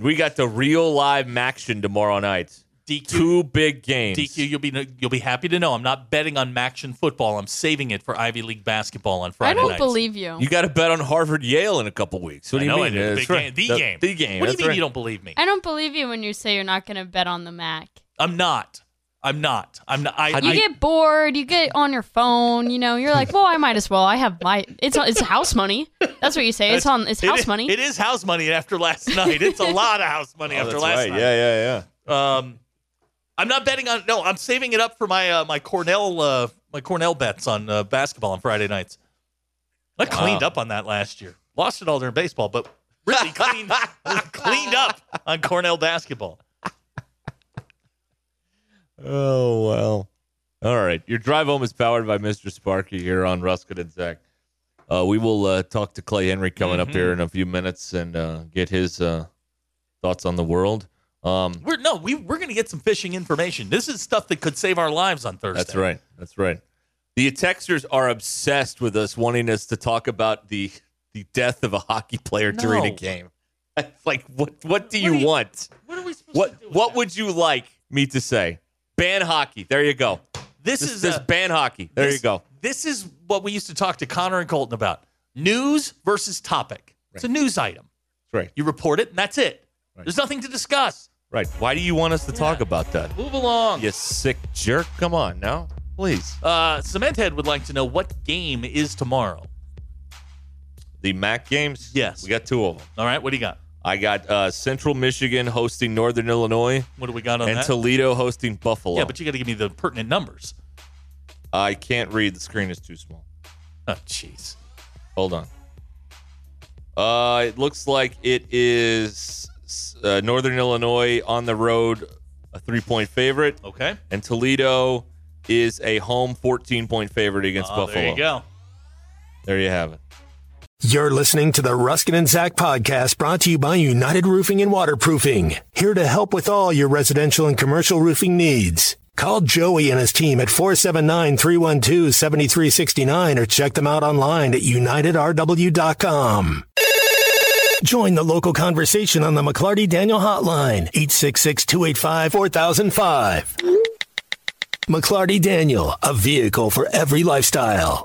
we got the real live Maction tomorrow night. DQ, Two big games. DQ. You'll be you'll be happy to know I'm not betting on Maction football. I'm saving it for Ivy League basketball on Friday I don't nights. believe you. You got to bet on Harvard Yale in a couple weeks. What I do you know I mean? do. The That's big right. game. The game. The game. What do you That's mean right. you don't believe me? I don't believe you when you say you're not going to bet on the Mac. I'm not. I'm not. I'm not. I, You I, get bored. You get on your phone. You know, you're like, well, I might as well. I have my. It's it's house money. That's what you say. It's on. It's It house is- money. It is house money after last *laughs* night. It's a lot of house money Oh, after that's last right. night. Yeah, yeah, yeah. Um, I'm not betting on. No, I'm saving it up for my uh, my Cornell uh, my Cornell bets on uh, basketball on Friday nights. I cleaned up on that last year. Lost it all during baseball, but really cleaned *laughs* cleaned up on Cornell basketball. Oh well. All right. Your drive home is powered by Mr. Sparky here on Ruskin and Zach. Uh, we will uh, talk to Clay Henry coming up Mm-hmm. here in a few minutes and uh, get his uh, thoughts on the world. Um, We're no, we we're gonna get some fishing information. This is stuff that could save our lives on Thursday. that's right. That's right. The texters are obsessed with us wanting us to talk about the the death of a hockey player during a No. game. *laughs* It's like what what do you do you- want? What are we supposed What to do? with what that? would you like me to say? Ban hockey. There you go. this, This is is this a- ban hockey. There this- you go. This is what we used to talk to Connor and Colton about: news versus topic. It's a news item. That's right. You report it, and that's it. There's nothing to discuss. Right. Why do you want us to talk about that? Move along. You sick jerk. Come on now. Please. Uh, Cementhead would like to know what game is tomorrow. The MAC games? Yes. We got two of them. All right, what do you got? I got uh, Central Michigan hosting Northern Illinois What do we got on and that? Toledo hosting Buffalo. yeah, but you got to give me the pertinent numbers. I can't read. The screen is too small. Oh, jeez. Hold on. Uh, it looks like it is uh, Northern Illinois on the road, a three point favorite, Okay. and Toledo is a home 14 point favorite against Uh, Buffalo. there you go. There you have it. You're listening to the Ruskin and Zach podcast brought to you by United Roofing and Waterproofing, here to help with all your residential and commercial roofing needs. Call Joey and his team at 479-312-7369 or check them out online at unitedrw.com. Join the local conversation on the McClarty Daniel Hotline, 866-285-4005. McClarty Daniel, a vehicle for every lifestyle.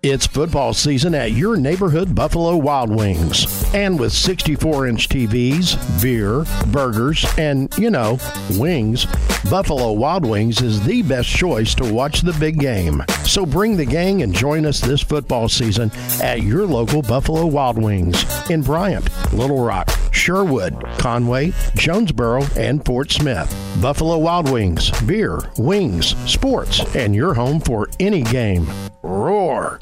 It's football season at your neighborhood Buffalo Wild Wings. And with 64 inch TVs, beer, burgers, and, you know, wings, Buffalo Wild Wings is the best choice to watch the big game. So bring the gang and join us this football season at your local Buffalo Wild Wings in Bryant, Little Rock, Sherwood, Conway, Jonesboro, and Fort Smith. Buffalo Wild Wings, beer, wings, sports, and your home for any game. Roar!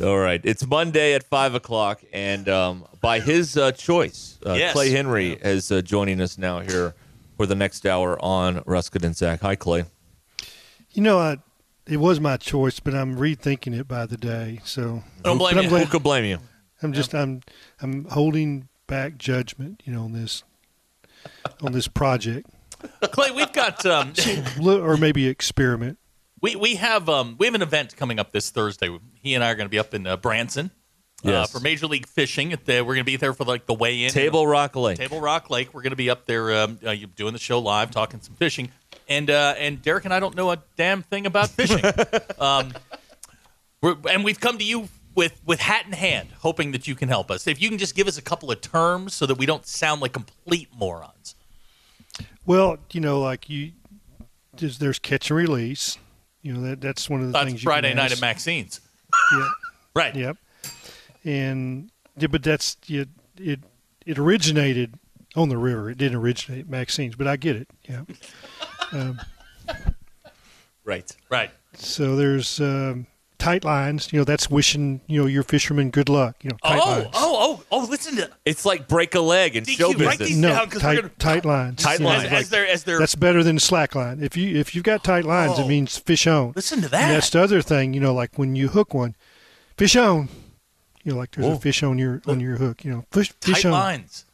All right. It's Monday at five o'clock, and um, by his uh, choice, uh, Yes. Clay Henry is uh, joining us now here for the next hour on Ruskin and Zach. Hi, Clay. You know, I, it was my choice, but I'm rethinking it by the day. So I don't But blame I'm you. Uh, glad- Who could blame you? I'm just I'm I'm holding back judgment, you know, on this on this project Clay, we've got *laughs* um, Lo- or maybe experiment. we we have um, we have an event coming up this Thursday. He and I are going to be up in uh, Branson uh, Yes. for Major League Fishing. At the, we're going to be there for like the weigh in Table Rock Lake. Table Rock Lake. We're going to be up there um, uh, you- doing the show live, talking some fishing. And uh, and Derek and I don't know a damn thing about *laughs* fishing. um, we're, and we've come to you with, with hat in hand, hoping that you can help us. If you can just give us a couple of terms so that we don't sound like complete morons. Well, you know, like you, there's, there's catch and release, You know that that's one of the That's things. Friday you can night ask. at Maxine's. Yeah. Right. Yep. And yeah, but that's it. It it originated on the river. It didn't originate at Maxine's, but I get it. Yeah. Um, Right. Right. so there's um, tight lines. You know that's wishing you know your fishermen good luck. You know tight Oh, lines. oh, oh, oh! Listen to It's like break a leg in show DQ, write business. these No, down because tight, we're gonna tight lines. Tight Yeah, lines. it's As- as they're- as they're- that's better than slack line. If you if you've got tight lines, Oh. it means fish on. Listen to And that. that's the other thing. You know, like when you hook one, fish on. You know, like there's Whoa. a fish on your on your hook. You know, fish Oh. tight fish on. lines.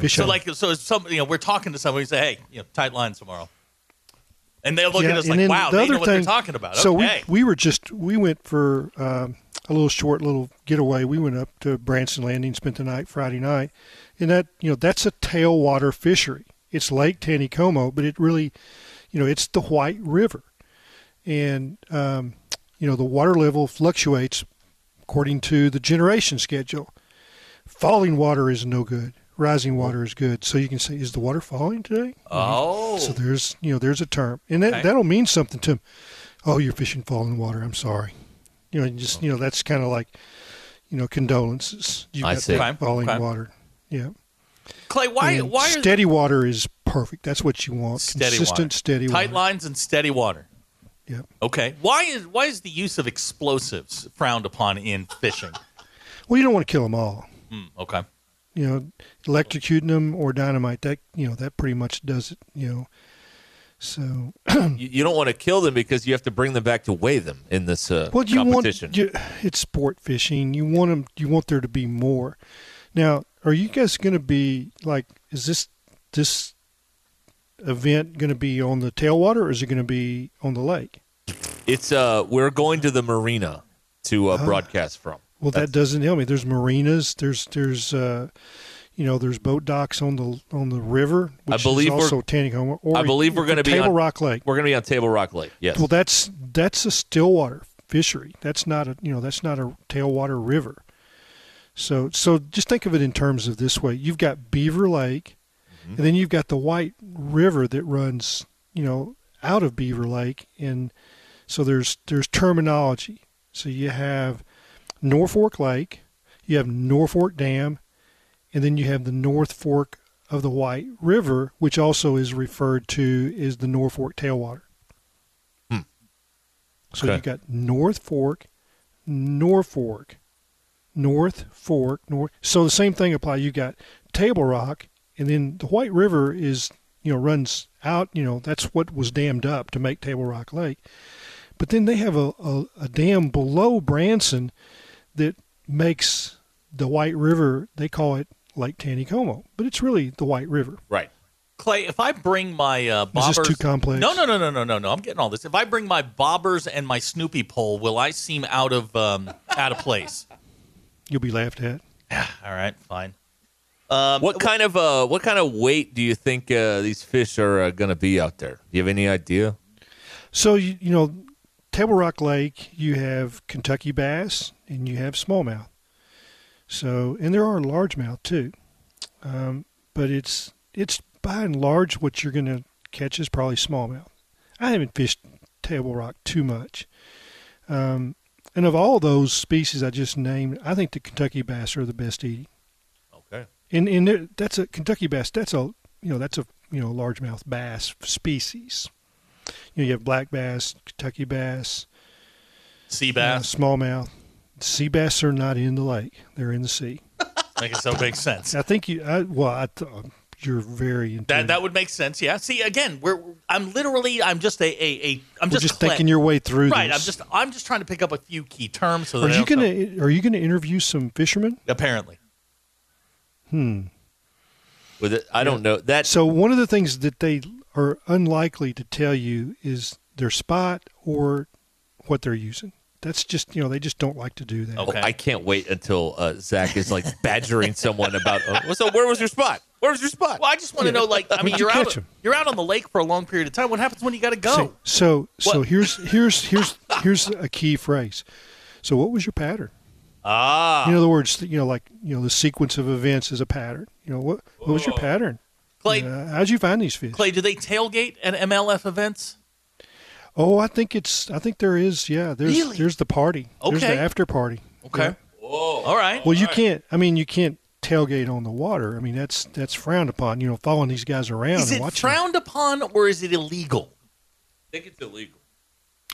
Fish so on. like so if some you know we're talking to somebody say hey you know tight lines tomorrow, and they'll look Yeah, at us and like then wow the they other know what they're thing- talking about. So okay. we we were just we went for um, a little short little getaway. We went up to Branson Landing, spent the night Friday night, and that you know that's a tailwater fishery. It's Lake Taneycomo, but it really, you know, it's the White River, and um, you know the water level fluctuates according to the generation schedule. Falling water is no good. Rising water is good. So you can say, is the water falling today? Oh. So there's you know there's a term, and that Okay. that'll mean something to him. Oh, you're fishing falling water. I'm sorry. You know, and just you know that's kind of like, you know, condolences. You've I got see. that Okay, falling okay. water. Yeah. Clay, why And why are steady water is perfect. That's what you want. steady Consistent water. steady tight water. lines and steady water. Yep. Okay. Why is why is the use of explosives frowned upon in fishing? Well, you don't want to kill them all. Hmm, okay. You know, electrocuting them or dynamite. That you know that pretty much does it. You know. So You, you don't want to kill them because you have to bring them back to weigh them in this uh, Well, you competition. want you, it's sport fishing. You want 'em- You want there to be more. Now, are you guys going to be like? Is this this event going to be on the tailwater, or is it going to be on the lake? It's uh, we're going to the marina to uh, broadcast from. Well, that doesn't help me. There's marinas. There's there's uh, you know there's boat docks on the on the river, I which believe is we're- also Taneycombe. Or I believe we're going to be Table on Rock Lake. We're going to be on Table Rock Lake. Yes. Well, that's that's a stillwater fishery. That's not a you know that's not a tailwater river. So so just think of it in terms of this way: you've got Beaver Lake, and then you've got the White River that runs you know out of Beaver Lake, and so there's there's terminology. So you have Norfolk Lake, you have Norfolk Dam, and then you have the North Fork of the White River, which also is referred to as the Norfolk Tailwater. So Okay. you got North Fork, Norfolk, North Fork, North. So the same thing apply. You got Table Rock, and then the White River is you know runs out. You know that's what was dammed up to make Table Rock Lake. But then they have a, a, a dam below Branson that makes the White River. They call it Lake Taneycomo, but it's really the White River. right. Clay, if I bring my uh, Is bobbers, this too complex? No, no, no, no, no, no, no. I'm getting all this. If I bring my bobbers and my Snoopy pole, will I seem out of um, *laughs* out of place? You'll be laughed at. All right, fine. Um, what kind of uh, what kind of weight do you think uh, these fish are uh, going to be out there? Do you have any idea? So you, you know, Table Rock Lake, you have Kentucky bass and you have smallmouth. So and there are largemouth too, um, but it's it's by and large what you're going to catch is probably smallmouth. I haven't fished Table Rock too much, um, and of all those species I just named, I think the Kentucky bass are the best eating. Okay. And and there, that's a Kentucky bass. That's a you know that's a you know largemouth bass species. You know you have black bass, Kentucky bass, Sea uh, bass smallmouth. Sea bass are not in the lake; they're in the sea. makes so big sense. I think you. I, well, I th- you're very. That intuitive. that would make sense. Yeah. See, again, we're I'm literally I'm just a a, a I'm We're just, just Clay. thinking your way through Right. this. I'm just I'm just trying to pick up a few key terms. So that Are I you don't sound- gonna Are you gonna interview some fishermen? apparently? Hmm. With it, I don't know that. So one of the things that they are unlikely to tell you is their spot or what they're using. That's just you know they just don't like to do that. Oh, I can't wait until uh, Zach is like badgering someone about. Oh, so where was your spot? Where was your spot? Well, I just want to know. Like, I Where'd mean, you you're catch out 'em? you're out on the lake for a long period of time. What happens when you got to go? So so, so What? here's here's here's here's a key phrase. So what was your pattern? ah, In other words, you know, like you know, the sequence of events is a pattern. You know, what what was your pattern? Clay, Uh, how'd you find these fish? Clay, do they tailgate at MLF events? Oh, I think it's. I think there is. Yeah, there's Really? there's the party. There's Okay. the after party. Okay. Yeah. Whoa. All right. Well, you can't. I mean, you can't tailgate on the water. I mean, that's that's frowned upon. You know, following these guys around Is and it watching frowned upon or is it illegal? I think it's illegal.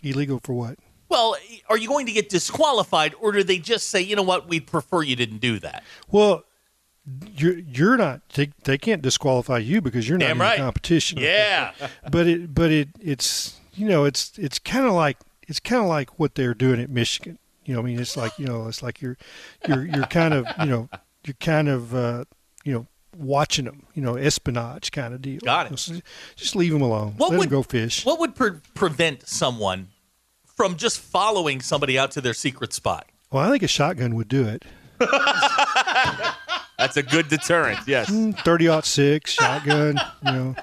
them. illegal for what? Well, are you going to get disqualified or do they just say, you know what, we'd prefer you didn't do that? Well, you're you're not. They, they can't disqualify you because you're not Damn in right. the competition. Yeah. but it but it it's you know it's it's kind of like it's kind of like what they're doing at Michigan. You know, I mean, it's like you know, it's like you're you're you're kind of you know you're kind of uh, you know watching them. You know, espionage kind of deal. Got it. Just, just leave them alone. What Let would- them go fish. What would pre- prevent someone from just following somebody out to their secret spot? Well, I think a shotgun would do it. That's a good deterrent. Yes. Thirty out six shotgun. You know.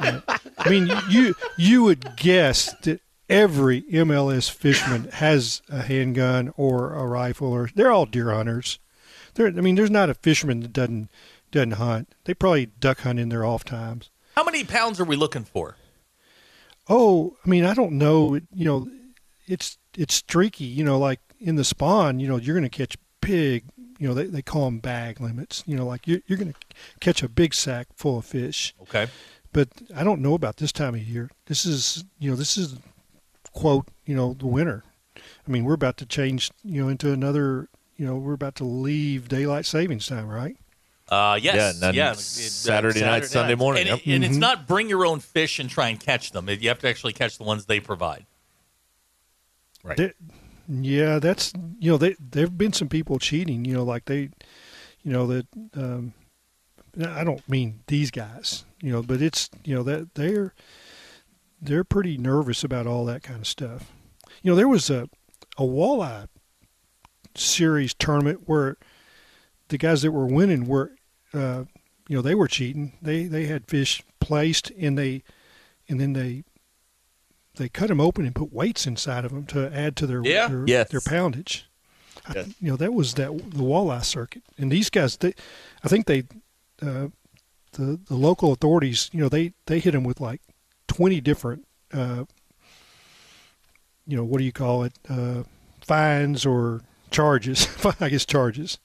Yeah. I mean, you you would guess that every MLS fisherman has a handgun or a rifle, or they're all deer hunters. There, I mean, there's not a fisherman that doesn't doesn't hunt. They probably duck hunt in their off times. How many pounds are we looking for? Oh, I mean, I don't know. It- You know, it's it's streaky. You know, like in the spawn, you know, you're going to catch big. You know, they, they call them bag limits. You know, like you're, you're going to catch a big sack full of fish. Okay. But I don't know about this time of year. This is, you know, this is quote, you know, the winter. I mean, we're about to change, you know, into another, you know, we're about to leave daylight savings time, right? Uh, yes. Yeah, and then yeah. Saturday night, Sunday morning, And, it- yep. and it's Mm-hmm. Mhm. not bring your own fish and try and catch them. You have to actually catch the ones they provide. Right. yeah, that's you know, they there've been some people cheating, you know, like they you know that um I don't mean these guys, you know, but it's you know that they're they're pretty nervous about all that kind of stuff. You know, there was a a walleye series tournament where the guys that were winning were uh you know, they were cheating. They they had fish placed and they and then they they cut them open and put weights inside of them to add to their Yeah. their, Yes. their poundage. I- Yes. you know that was that the walleye circuit, and these guys, they, I think they, uh, the the local authorities, you know they they hit them with like twenty different, uh, you know what do you call it, uh, fines or charges? *laughs* I guess charges.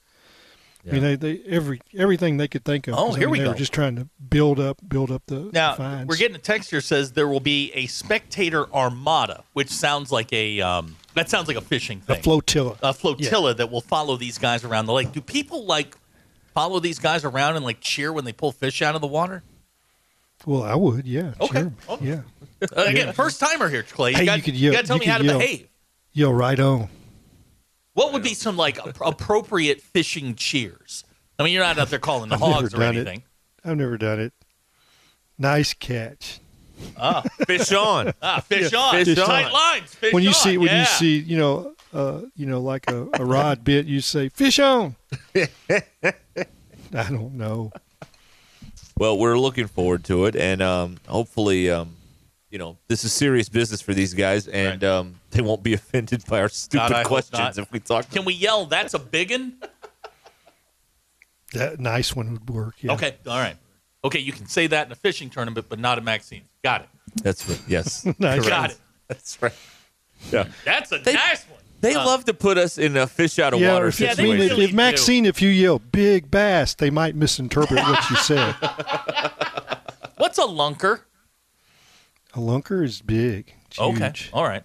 I mean, they, they every everything they could think of. Oh, 'cause, I here mean, we they go. Were just trying to build up, build up the, Now the fines. we're getting a text here says there will be a spectator armada, which sounds like a um, that sounds like a fishing a thing, flotilla. a flotilla that will follow these guys around the lake. Do people like follow these guys around and like cheer when they pull fish out of the water? Well, I would, yeah. Okay. Oh. sure, yeah. *laughs* Again, first timer here, Clay. You, Hey, got, you could yell- got to tell you me could how to yell. behave. Yo, right on. What would be some like ap- appropriate fishing cheers? I mean, you're not out there *laughs* calling the I've never hogs or done it. anything. I've never done it. Nice catch. Ah, Fish on. ah, fish Yeah, on, fish tight on. lines. Fish when you on. see when yeah. you see you know uh, you know like a, a rod bit, you say fish on. *laughs* I don't know. Well, we're looking forward to it, and um, hopefully, um, you know, this is serious business for these guys, and um, they won't be *laughs* offended by our stupid God, I hope questions not. if we talk. Can we yell? That's a biggin. That nice one would work. Yeah. Okay, all right. Okay, you can say that in a fishing tournament, but not at Maxine's. Got it. That's right. Yes, *laughs* Nice. Correct. Got it. That's right. Um, Yeah, That's a nice one. they Uh, love to put us in a fish out of Yeah, water if, I situation. mean, if, really if Maxine, if you yell "big bass," they might misinterpret what you said. A What's a lunker? lunker is big. It's Okay, huge. all right.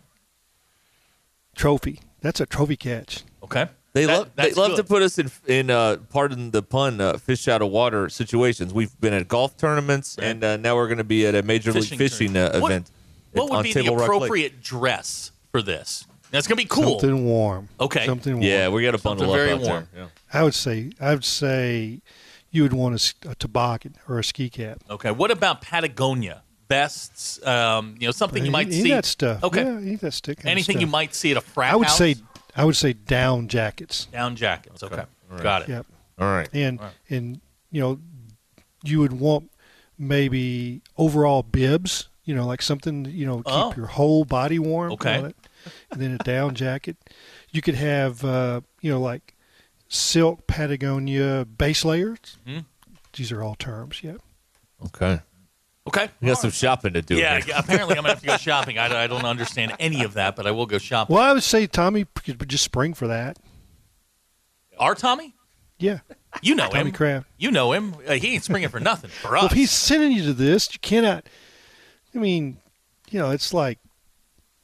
Trophy. That's a trophy catch. Okay, They That- love they that's love good. to put us in in uh, pardon the pun uh, fish out of water situations. We've been at golf tournaments, and uh, now we're going to be at a major Fishing league fishing uh, tournament. What- event. What on would be the Table Rock Lake. appropriate dress for this? That's gonna be cool. Something warm. Okay. Something warm. Yeah, we got to Something bundle up very out warm. there. I would say I would say you would want a s- a, toboggan or a ski cap. Okay. What about Patagonia vests? Um, you know, something you Eat- might eat see. that stuff. Okay. Yeah, eat that stick. kind of Anything you stuff. might see at a frat I would house? say I would say down jackets. down jackets. Okay. Got it. Yep. All right. And and you know you would want maybe overall bibs. You know, like something you know keep Oh. your whole body warm. you Okay. know, that- and then a down jacket. You could have uh, you know like silk Patagonia base layers. Mhm. These are all terms. Yep. Okay. Okay. We got some shopping to do. Yeah, here. yeah, apparently I'm going to have to go shopping. I, I don't understand any of that, but I will go shopping. Well, I would say Tommy could just spring for that. Our Tommy? Yeah. You know Tommy him. Kraft. You know him. Uh, he ain't springing for nothing for Well, us. if he's sending you to this, you cannot. I mean, you know, it's like,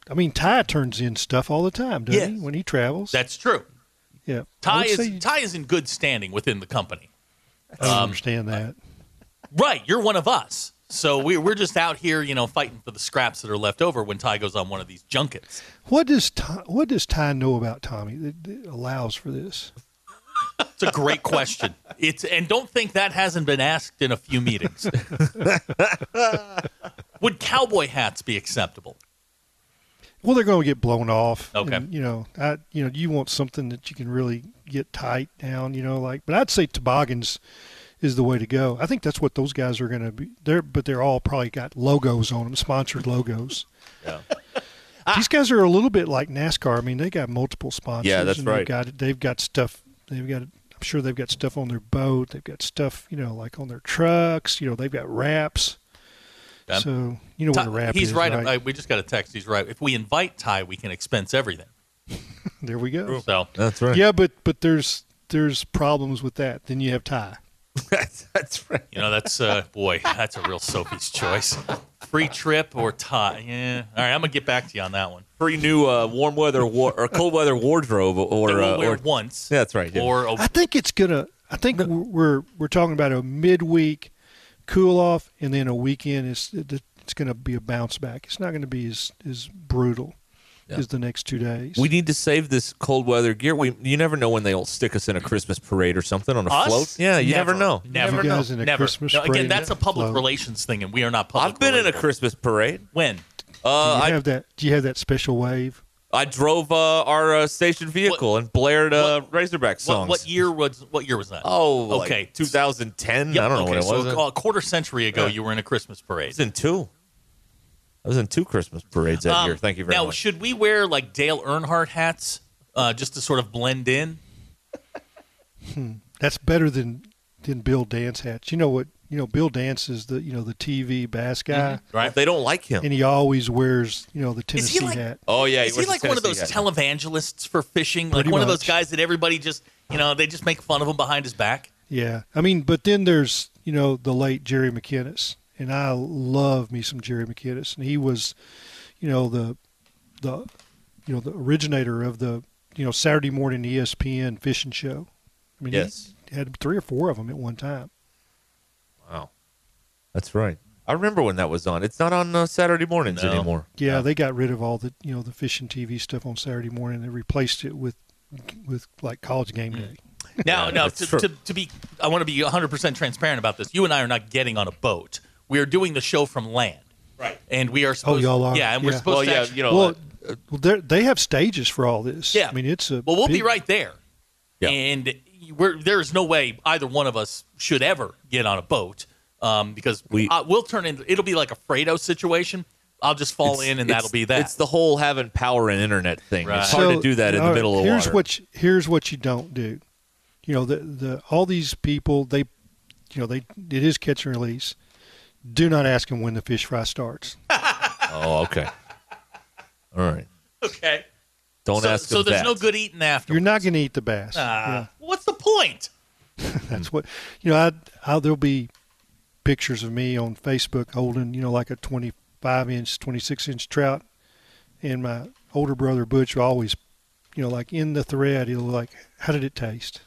I mean, Ty turns in stuff all the time, doesn't he? Yes. When he travels, That's true. yeah. I Ty would is say- Ty is in good standing within the company. I don't Um, understand that. Right, you're one of us. So we're we're just out here, you know, fighting for the scraps that are left over when Ty goes on one of these junkets. What does Ty, what does Ty know about Tommy that, that allows for this? It's a great question. It's and don't think that hasn't been asked in a few meetings. Would cowboy hats be acceptable? Well, they're going to get blown off. Okay. and, you know, I, you know, you want something that you can really get tight down. You know, like, but I'd say toboggans is the way to go. I think that's what those guys are going to be. They're, but they're all probably got logos on them, sponsored logos. Yeah. These guys are a little bit like NASCAR. I mean, they got multiple sponsors. Yeah, that's and right. They've got, they've got stuff. They've got. I'm sure they've got stuff on their boat. They've got stuff, you know, like on their trucks. You know, they've got wraps. Yeah. So you know Ty- what a wrap he's is, right. I- we just got a text. He's right. If we invite Ty, we can expense everything. There we go. So That's *laughs* right. Yeah, but but there's there's problems with that. Then you have Ty. That's right. You know, that's uh, boy, that's a real Sophie's choice. Free trip or tie? Yeah. All right, I'm gonna get back to you on that one. Free new uh, warm weather war- or cold weather wardrobe or we'll uh, wear or once. Yeah, that's right. yeah. Or I a, think it's gonna. I think we're we're we're talking about a midweek cool off, and then a weekend is it's going to be a bounce back. It's not going to be as as brutal as the next two days. we need to save this cold weather gear. We you never know when they'll stick us in a Christmas parade or something on a us? float. Yeah, you never, know. Never You know. guys in a never. Christmas No, again, parade that's a public float. relations thing, and we are not public. I've been in a relations. Christmas parade. when do Uh, you I have that? Do you have that special wave? I drove uh, our uh, station vehicle and blared uh, Razorback what, songs. what year was what year was that? Oh, okay, okay, 2010. I don't know okay, what it was. So a quarter century ago, you were in a Christmas I parade. was in two. I was in two Christmas parades that Um, year. Thank you very now, much. should we wear like Dale Earnhardt hats uh, just to sort of blend in? That's better than than Bill Dance hats. You know what? You know Bill Dance is the you know the TV bass guy, right? They don't like him. and he always wears you know the Is Tennessee he like- hat. Oh yeah, Is he wears a like one of those Tennessee hat. televangelists for fishing? Like Pretty one of those much. guys that everybody just, you know, they just make fun of him behind his back? Yeah, I mean, but then there's you know the late Jerry McInnes, and I love me some Jerry McInnes, and he was, you know the, the, you know the originator of the you know Saturday morning E ESPN fishing show. I mean, Yes. he had three or four of them at one time. Wow, that's right. I remember when that was on. It's not on uh, Saturday mornings No. anymore. Yeah, they got rid of all the you know the fishing TV stuff on Saturday morning. They replaced it with with like college game Mm. day. Now, Yeah, now that's to, true. to, to be, I want to be 100% transparent about this. You and I are not getting on a boat. We are doing the show from land. Right. And we are supposed y'all are? Yeah, and we're Yeah. supposed Well, to. Oh, yeah, actually- you know. well, uh, well, they're- they have stages for all this. Yeah. I mean it's a well, we'll be big- right there. Yeah. And we're, there is no way either one of us should ever get on a boat um, because We- we, uh, we'll turn into, it'll be like a Fredo situation. I'll just fall it's- in and it's- that'll be that. It's the whole having power and internet thing. Right. It's hard So, to do that in all the right, middle of here's water. what you, here's what you don't do. You know the the all these people they, you know they it is catch and release. Do not ask them when the fish fry starts. oh, okay. All right. okay. Don't so, ask. so them there's that. no good eating after. You're not going to eat the bass. Ah, What's the point? Yeah, that's Hmm. what you know. I, I there'll be pictures of me on Facebook holding you know like a 25 inch, 26 inch trout, and my older brother Butch will always, you know, like in the thread he'll like, how did it taste?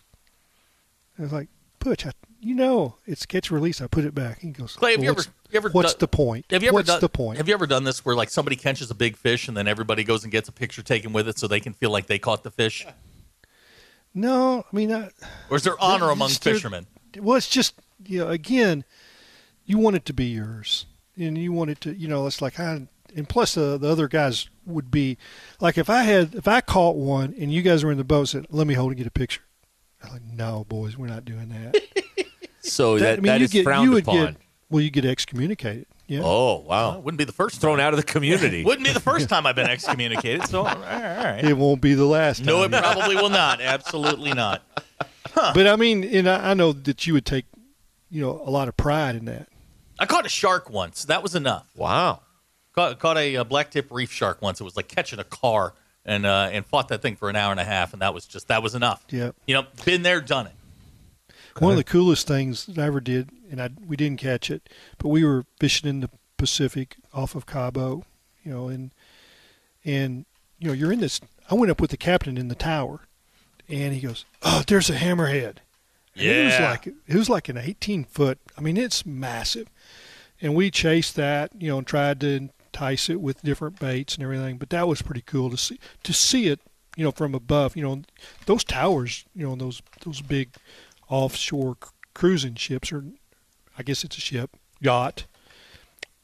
I was like, Butch, I, you know, it's catch and release. I put it back. He goes, Clay, have you "Well, ever- you ever What's done- the point? Have you ever what's done, the point? Have you ever done this where like somebody catches a big fish and then everybody goes and gets a picture taken with it so they can feel like they caught the fish? no, I mean, I, Or is there honor It's among just- fishermen? well, it's just you know, again, you want it to be yours, and you want it to, you know, it's like I. And plus, uh, the, the other guys would be like, if I had, if I caught one, and you guys were in the boat, said, "Let me hold and get a picture." I'm like, no, boys, we're not doing that. So *laughs* Oh, that, That- that is frowned you would upon. get, well, you get excommunicated. Yeah. Oh It wow! wouldn't be the first Thrown time. out of the community. *laughs* Wouldn't be the first time I've been excommunicated. So all right, all right. It won't be the last. Oh. No, it time. *laughs* probably will not. Absolutely not. but I mean, and I, I know that you would take, you know, a lot of pride in that. I caught a shark once. That was enough. Wow. Caught, caught a, uh black tip reef shark once. It was like catching a car and uh, and fought that thing for an hour and a half, and that was just that was enough. Yeah. You know, been there, done it. One of the coolest things that I ever did, and I, we didn't catch it, but we were fishing in the Pacific off of Cabo, you know, and and you know you're in this. I went up with the captain in the tower, and he goes, "Oh, there's a hammerhead." And It was Yeah. like it was like an 18 foot. I mean, it's massive, and we chased that, you know, and tried to entice it with different baits and everything. But that was pretty cool to see to see it, you know, from above. You know, those towers, you know, and those those big offshore c- cruising ships or I guess it's a ship yacht.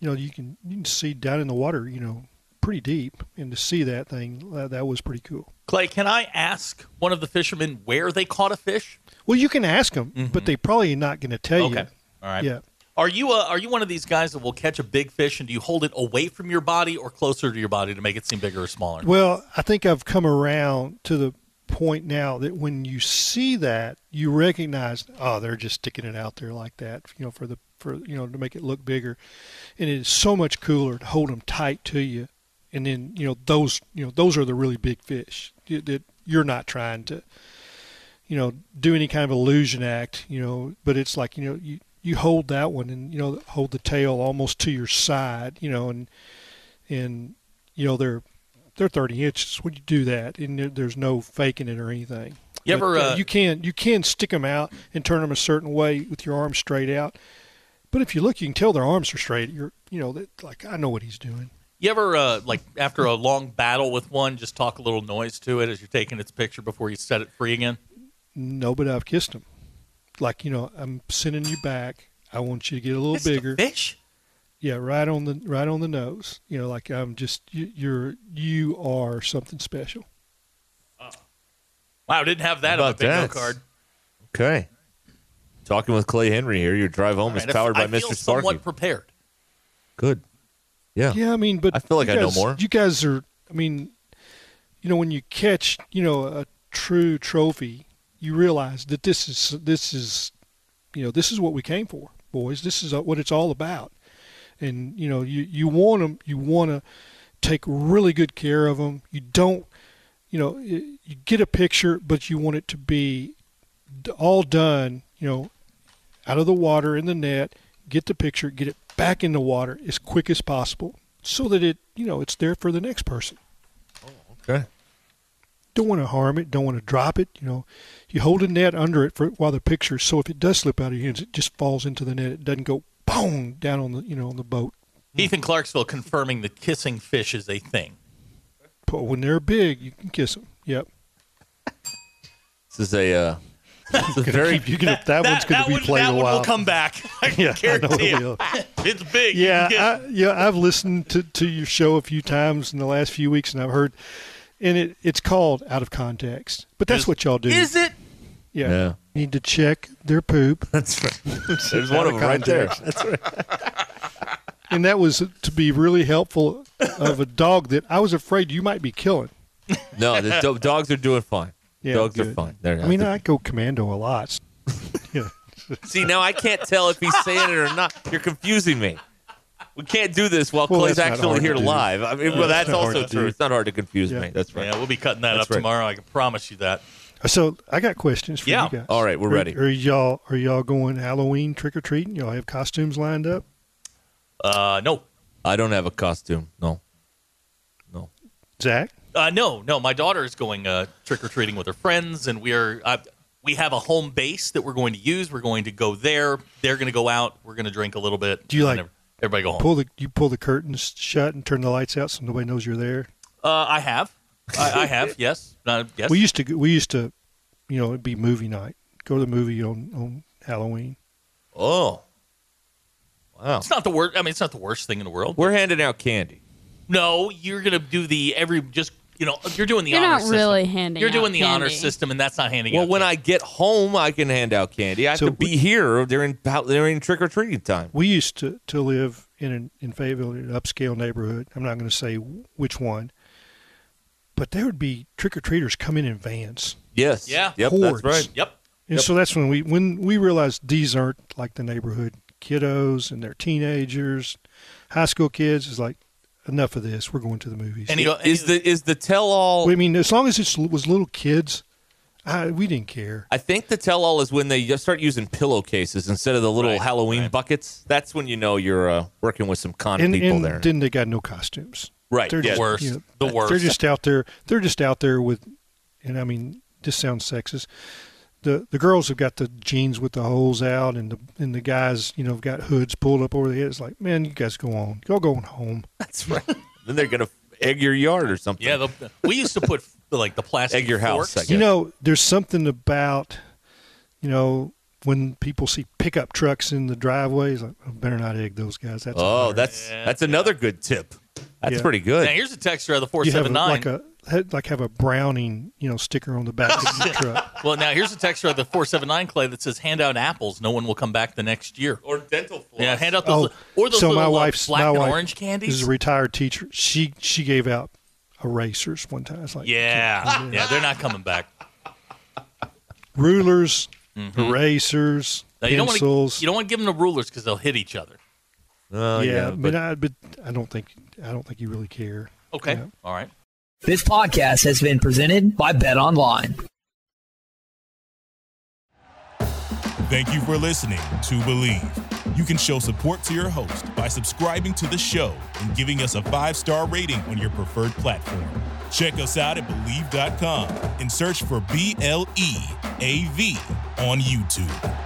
You know, you can you can see down in the water, you know, pretty deep, and to see that thing that, that was pretty cool. Clay, can I ask one of the fishermen where they caught a fish? Well, you can ask them, but they probably not going to tell you. Mm-hmm. Okay. All right. Yeah. Are you uh, are you one of these guys that will catch a big fish and do you hold it away from your body or closer to your body to make it seem bigger or smaller? Well, I think I've come around to the point now that when you see that, you recognize, oh, they're just sticking it out there like that, you know, for the for you know to make it look bigger, and it is so much cooler to hold them tight to you, and then you know those you know those are the really big fish that that you're not trying to, you know, do any kind of illusion act, you know, but it's like you know you you hold that one and you know hold the tail almost to your side, you know, and and you know they're they're 30 inches when you do that and there- there's no faking it or anything You ever, But, uh, you can you can stick them out and turn them a certain way with your arms straight out but if you look you can tell their arms are straight you're you know that, like i know what he's doing You ever uh, like after a long battle with one, just talk a little noise to it as you're taking its picture before you set it free again? no but i've kissed him like you know i'm sending you back i want you to get a little Kissed a bigger fish yeah right on the right on the nose you know like i'm just you, you're you are something special Wow, didn't have that How on my about bingo that? card. Okay. Talking with Clay Henry here. Your drive home All is right, I- powered by I feel Mr. Sparky. somewhat prepared. Good. Yeah. Yeah, I mean, but I feel like you I know guys- more. You guys are, I mean, you know, when you catch, you know, a true trophy, you realize that this is this is, you know, this is what we came for, boys. This is what it's all about, and you know, you you want them, you want to take really good care of them. You don't, you know, y- you get a picture, but you want it to be d- all done, you know, out of the water in the net, get the picture, get it back in the water as quick as possible so that it, you know, it's there for the next person. Okay. Don't want to harm it, don't want to drop it, you know. You hold a net under it for while the picture so if it does slip out of your hands, it just falls into the net. It doesn't go boom down on the, you know, on the boat. Ethan Clarksville confirming that kissing fish is a thing. But when they're big, you can kiss them. Yep. This is a *laughs* uh, this is a very keep- you can- that one's gonna be played Oh, Uh, that a One while. will come back. *laughs* I *laughs* Yeah, I know it guarantee it. will. It's big. You *laughs* Yeah, can get- I, yeah, I've listened to, to your show a few times in the last few weeks, and I've heard, and it it's called out of context. But that's what y'all do. Is it? Yeah. Yeah. Need to check their poop. That's *laughs* right. There's one of them right there. That's right. and that was to be really helpful of a dog that I was afraid you might be killing. No, the do- dogs are doing fine. Yeah, dogs are good. fine. They're I mean, I go commando a lot. *laughs* yeah. See, now I can't tell if he's saying it or not. You're confusing me. We can't do this while Well, Clay's that's not actually hard to here do. live. I mean, Uh, well, that's that's not hard also to do. true. It's not hard to confuse Yeah. me. That's right. Yeah, we'll be cutting that That's up right. tomorrow. I can promise you that. So I got questions for Yeah. you guys. All right, we're Are- ready. Are, y'all are y'all going Halloween trick or treating? Y'all have costumes lined up? Uh, no, I don't have a costume. No. Zach, Uh, no, no. My daughter is going uh, trick or treating with her friends, and we're uh, we have a home base that we're going to use. We're going to go there. They're going to go out. We're going to drink a little bit. Do you and like- everybody go home? pull the you pull the curtains shut and turn the lights out so nobody knows you're there. Uh, I have, I, I *laughs* have. Yes, uh, yes. We used to go- we used to, you know, it'd be movie night. Go to the movie on on Halloween. Oh. Wow. It's not the worst. I mean, it's not the worst thing in the world. We're handing out candy. No, you're going to do the every just you know you're doing the You're honor not system. really handing You're doing out the honor candy. system, and that's not handing Well, out. when I get home, I can hand out candy. I have So to be here during during trick or treating time. We used to, to live in an, in Fayetteville in an upscale neighborhood. I'm not going to say which one, but there would be trick or treaters coming in vans. Yes. Yeah. Yep. Hordes. That's right. Yep. And so that's when we when we realized these aren't like the neighborhood kiddos and their teenagers, high school kids. It's like enough of this. We're going to the movies. And is the is the tell all? I mean, as long as it was little kids, I, we didn't care. I think the tell all is when they just start using pillowcases instead of the little Halloween buckets. That's when you know you're uh, working with some con and people and there. then they got no costumes. Right, yeah. just, Worst. The They're worst. just out there. They're just out there with, and I mean, this sounds sexist. The the girls have got the jeans with the holes out, and the and the guys, you know, have got hoods pulled up over their heads. Like, man, you guys go on. Y'all going home. That's right. then they're gonna egg your yard or something. Yeah, the, we used to put like the plastic Egg your house, forks. I guess. You know, there's something about, you know, when people see pickup trucks in the driveways, like, I better not egg those guys. That's oh, that's that's another good tip. That's Yeah. pretty good. Now here's a texture of the four you have a, seven nine. like a had- like have a Browning, you know, sticker on the back *laughs* of your truck. Well, now here's a texture of the four seven nine clay that says, "Hand out apples. No one will come back the next year." Or dental floss. Yeah, hand out those. or those Oh, so little my uh, wife's black my and wife orange candies. is a retired teacher. She she gave out erasers one time. It's like *laughs* yeah, yeah, they're not coming back. rulers, erasers, Mm-hmm. Now, you don't want pencils. to. You don't want to give them the rulers because they'll hit each other. Oh, yeah, yeah, but, but- I, but I don't think I don't think you really care. Okay, all right. This podcast has been presented by Bet Online. Thank you for listening to Believe. You can show support to your host by subscribing to the show and giving us a five star rating on your preferred platform. Check us out at Believe.com and search for B L E A V on YouTube.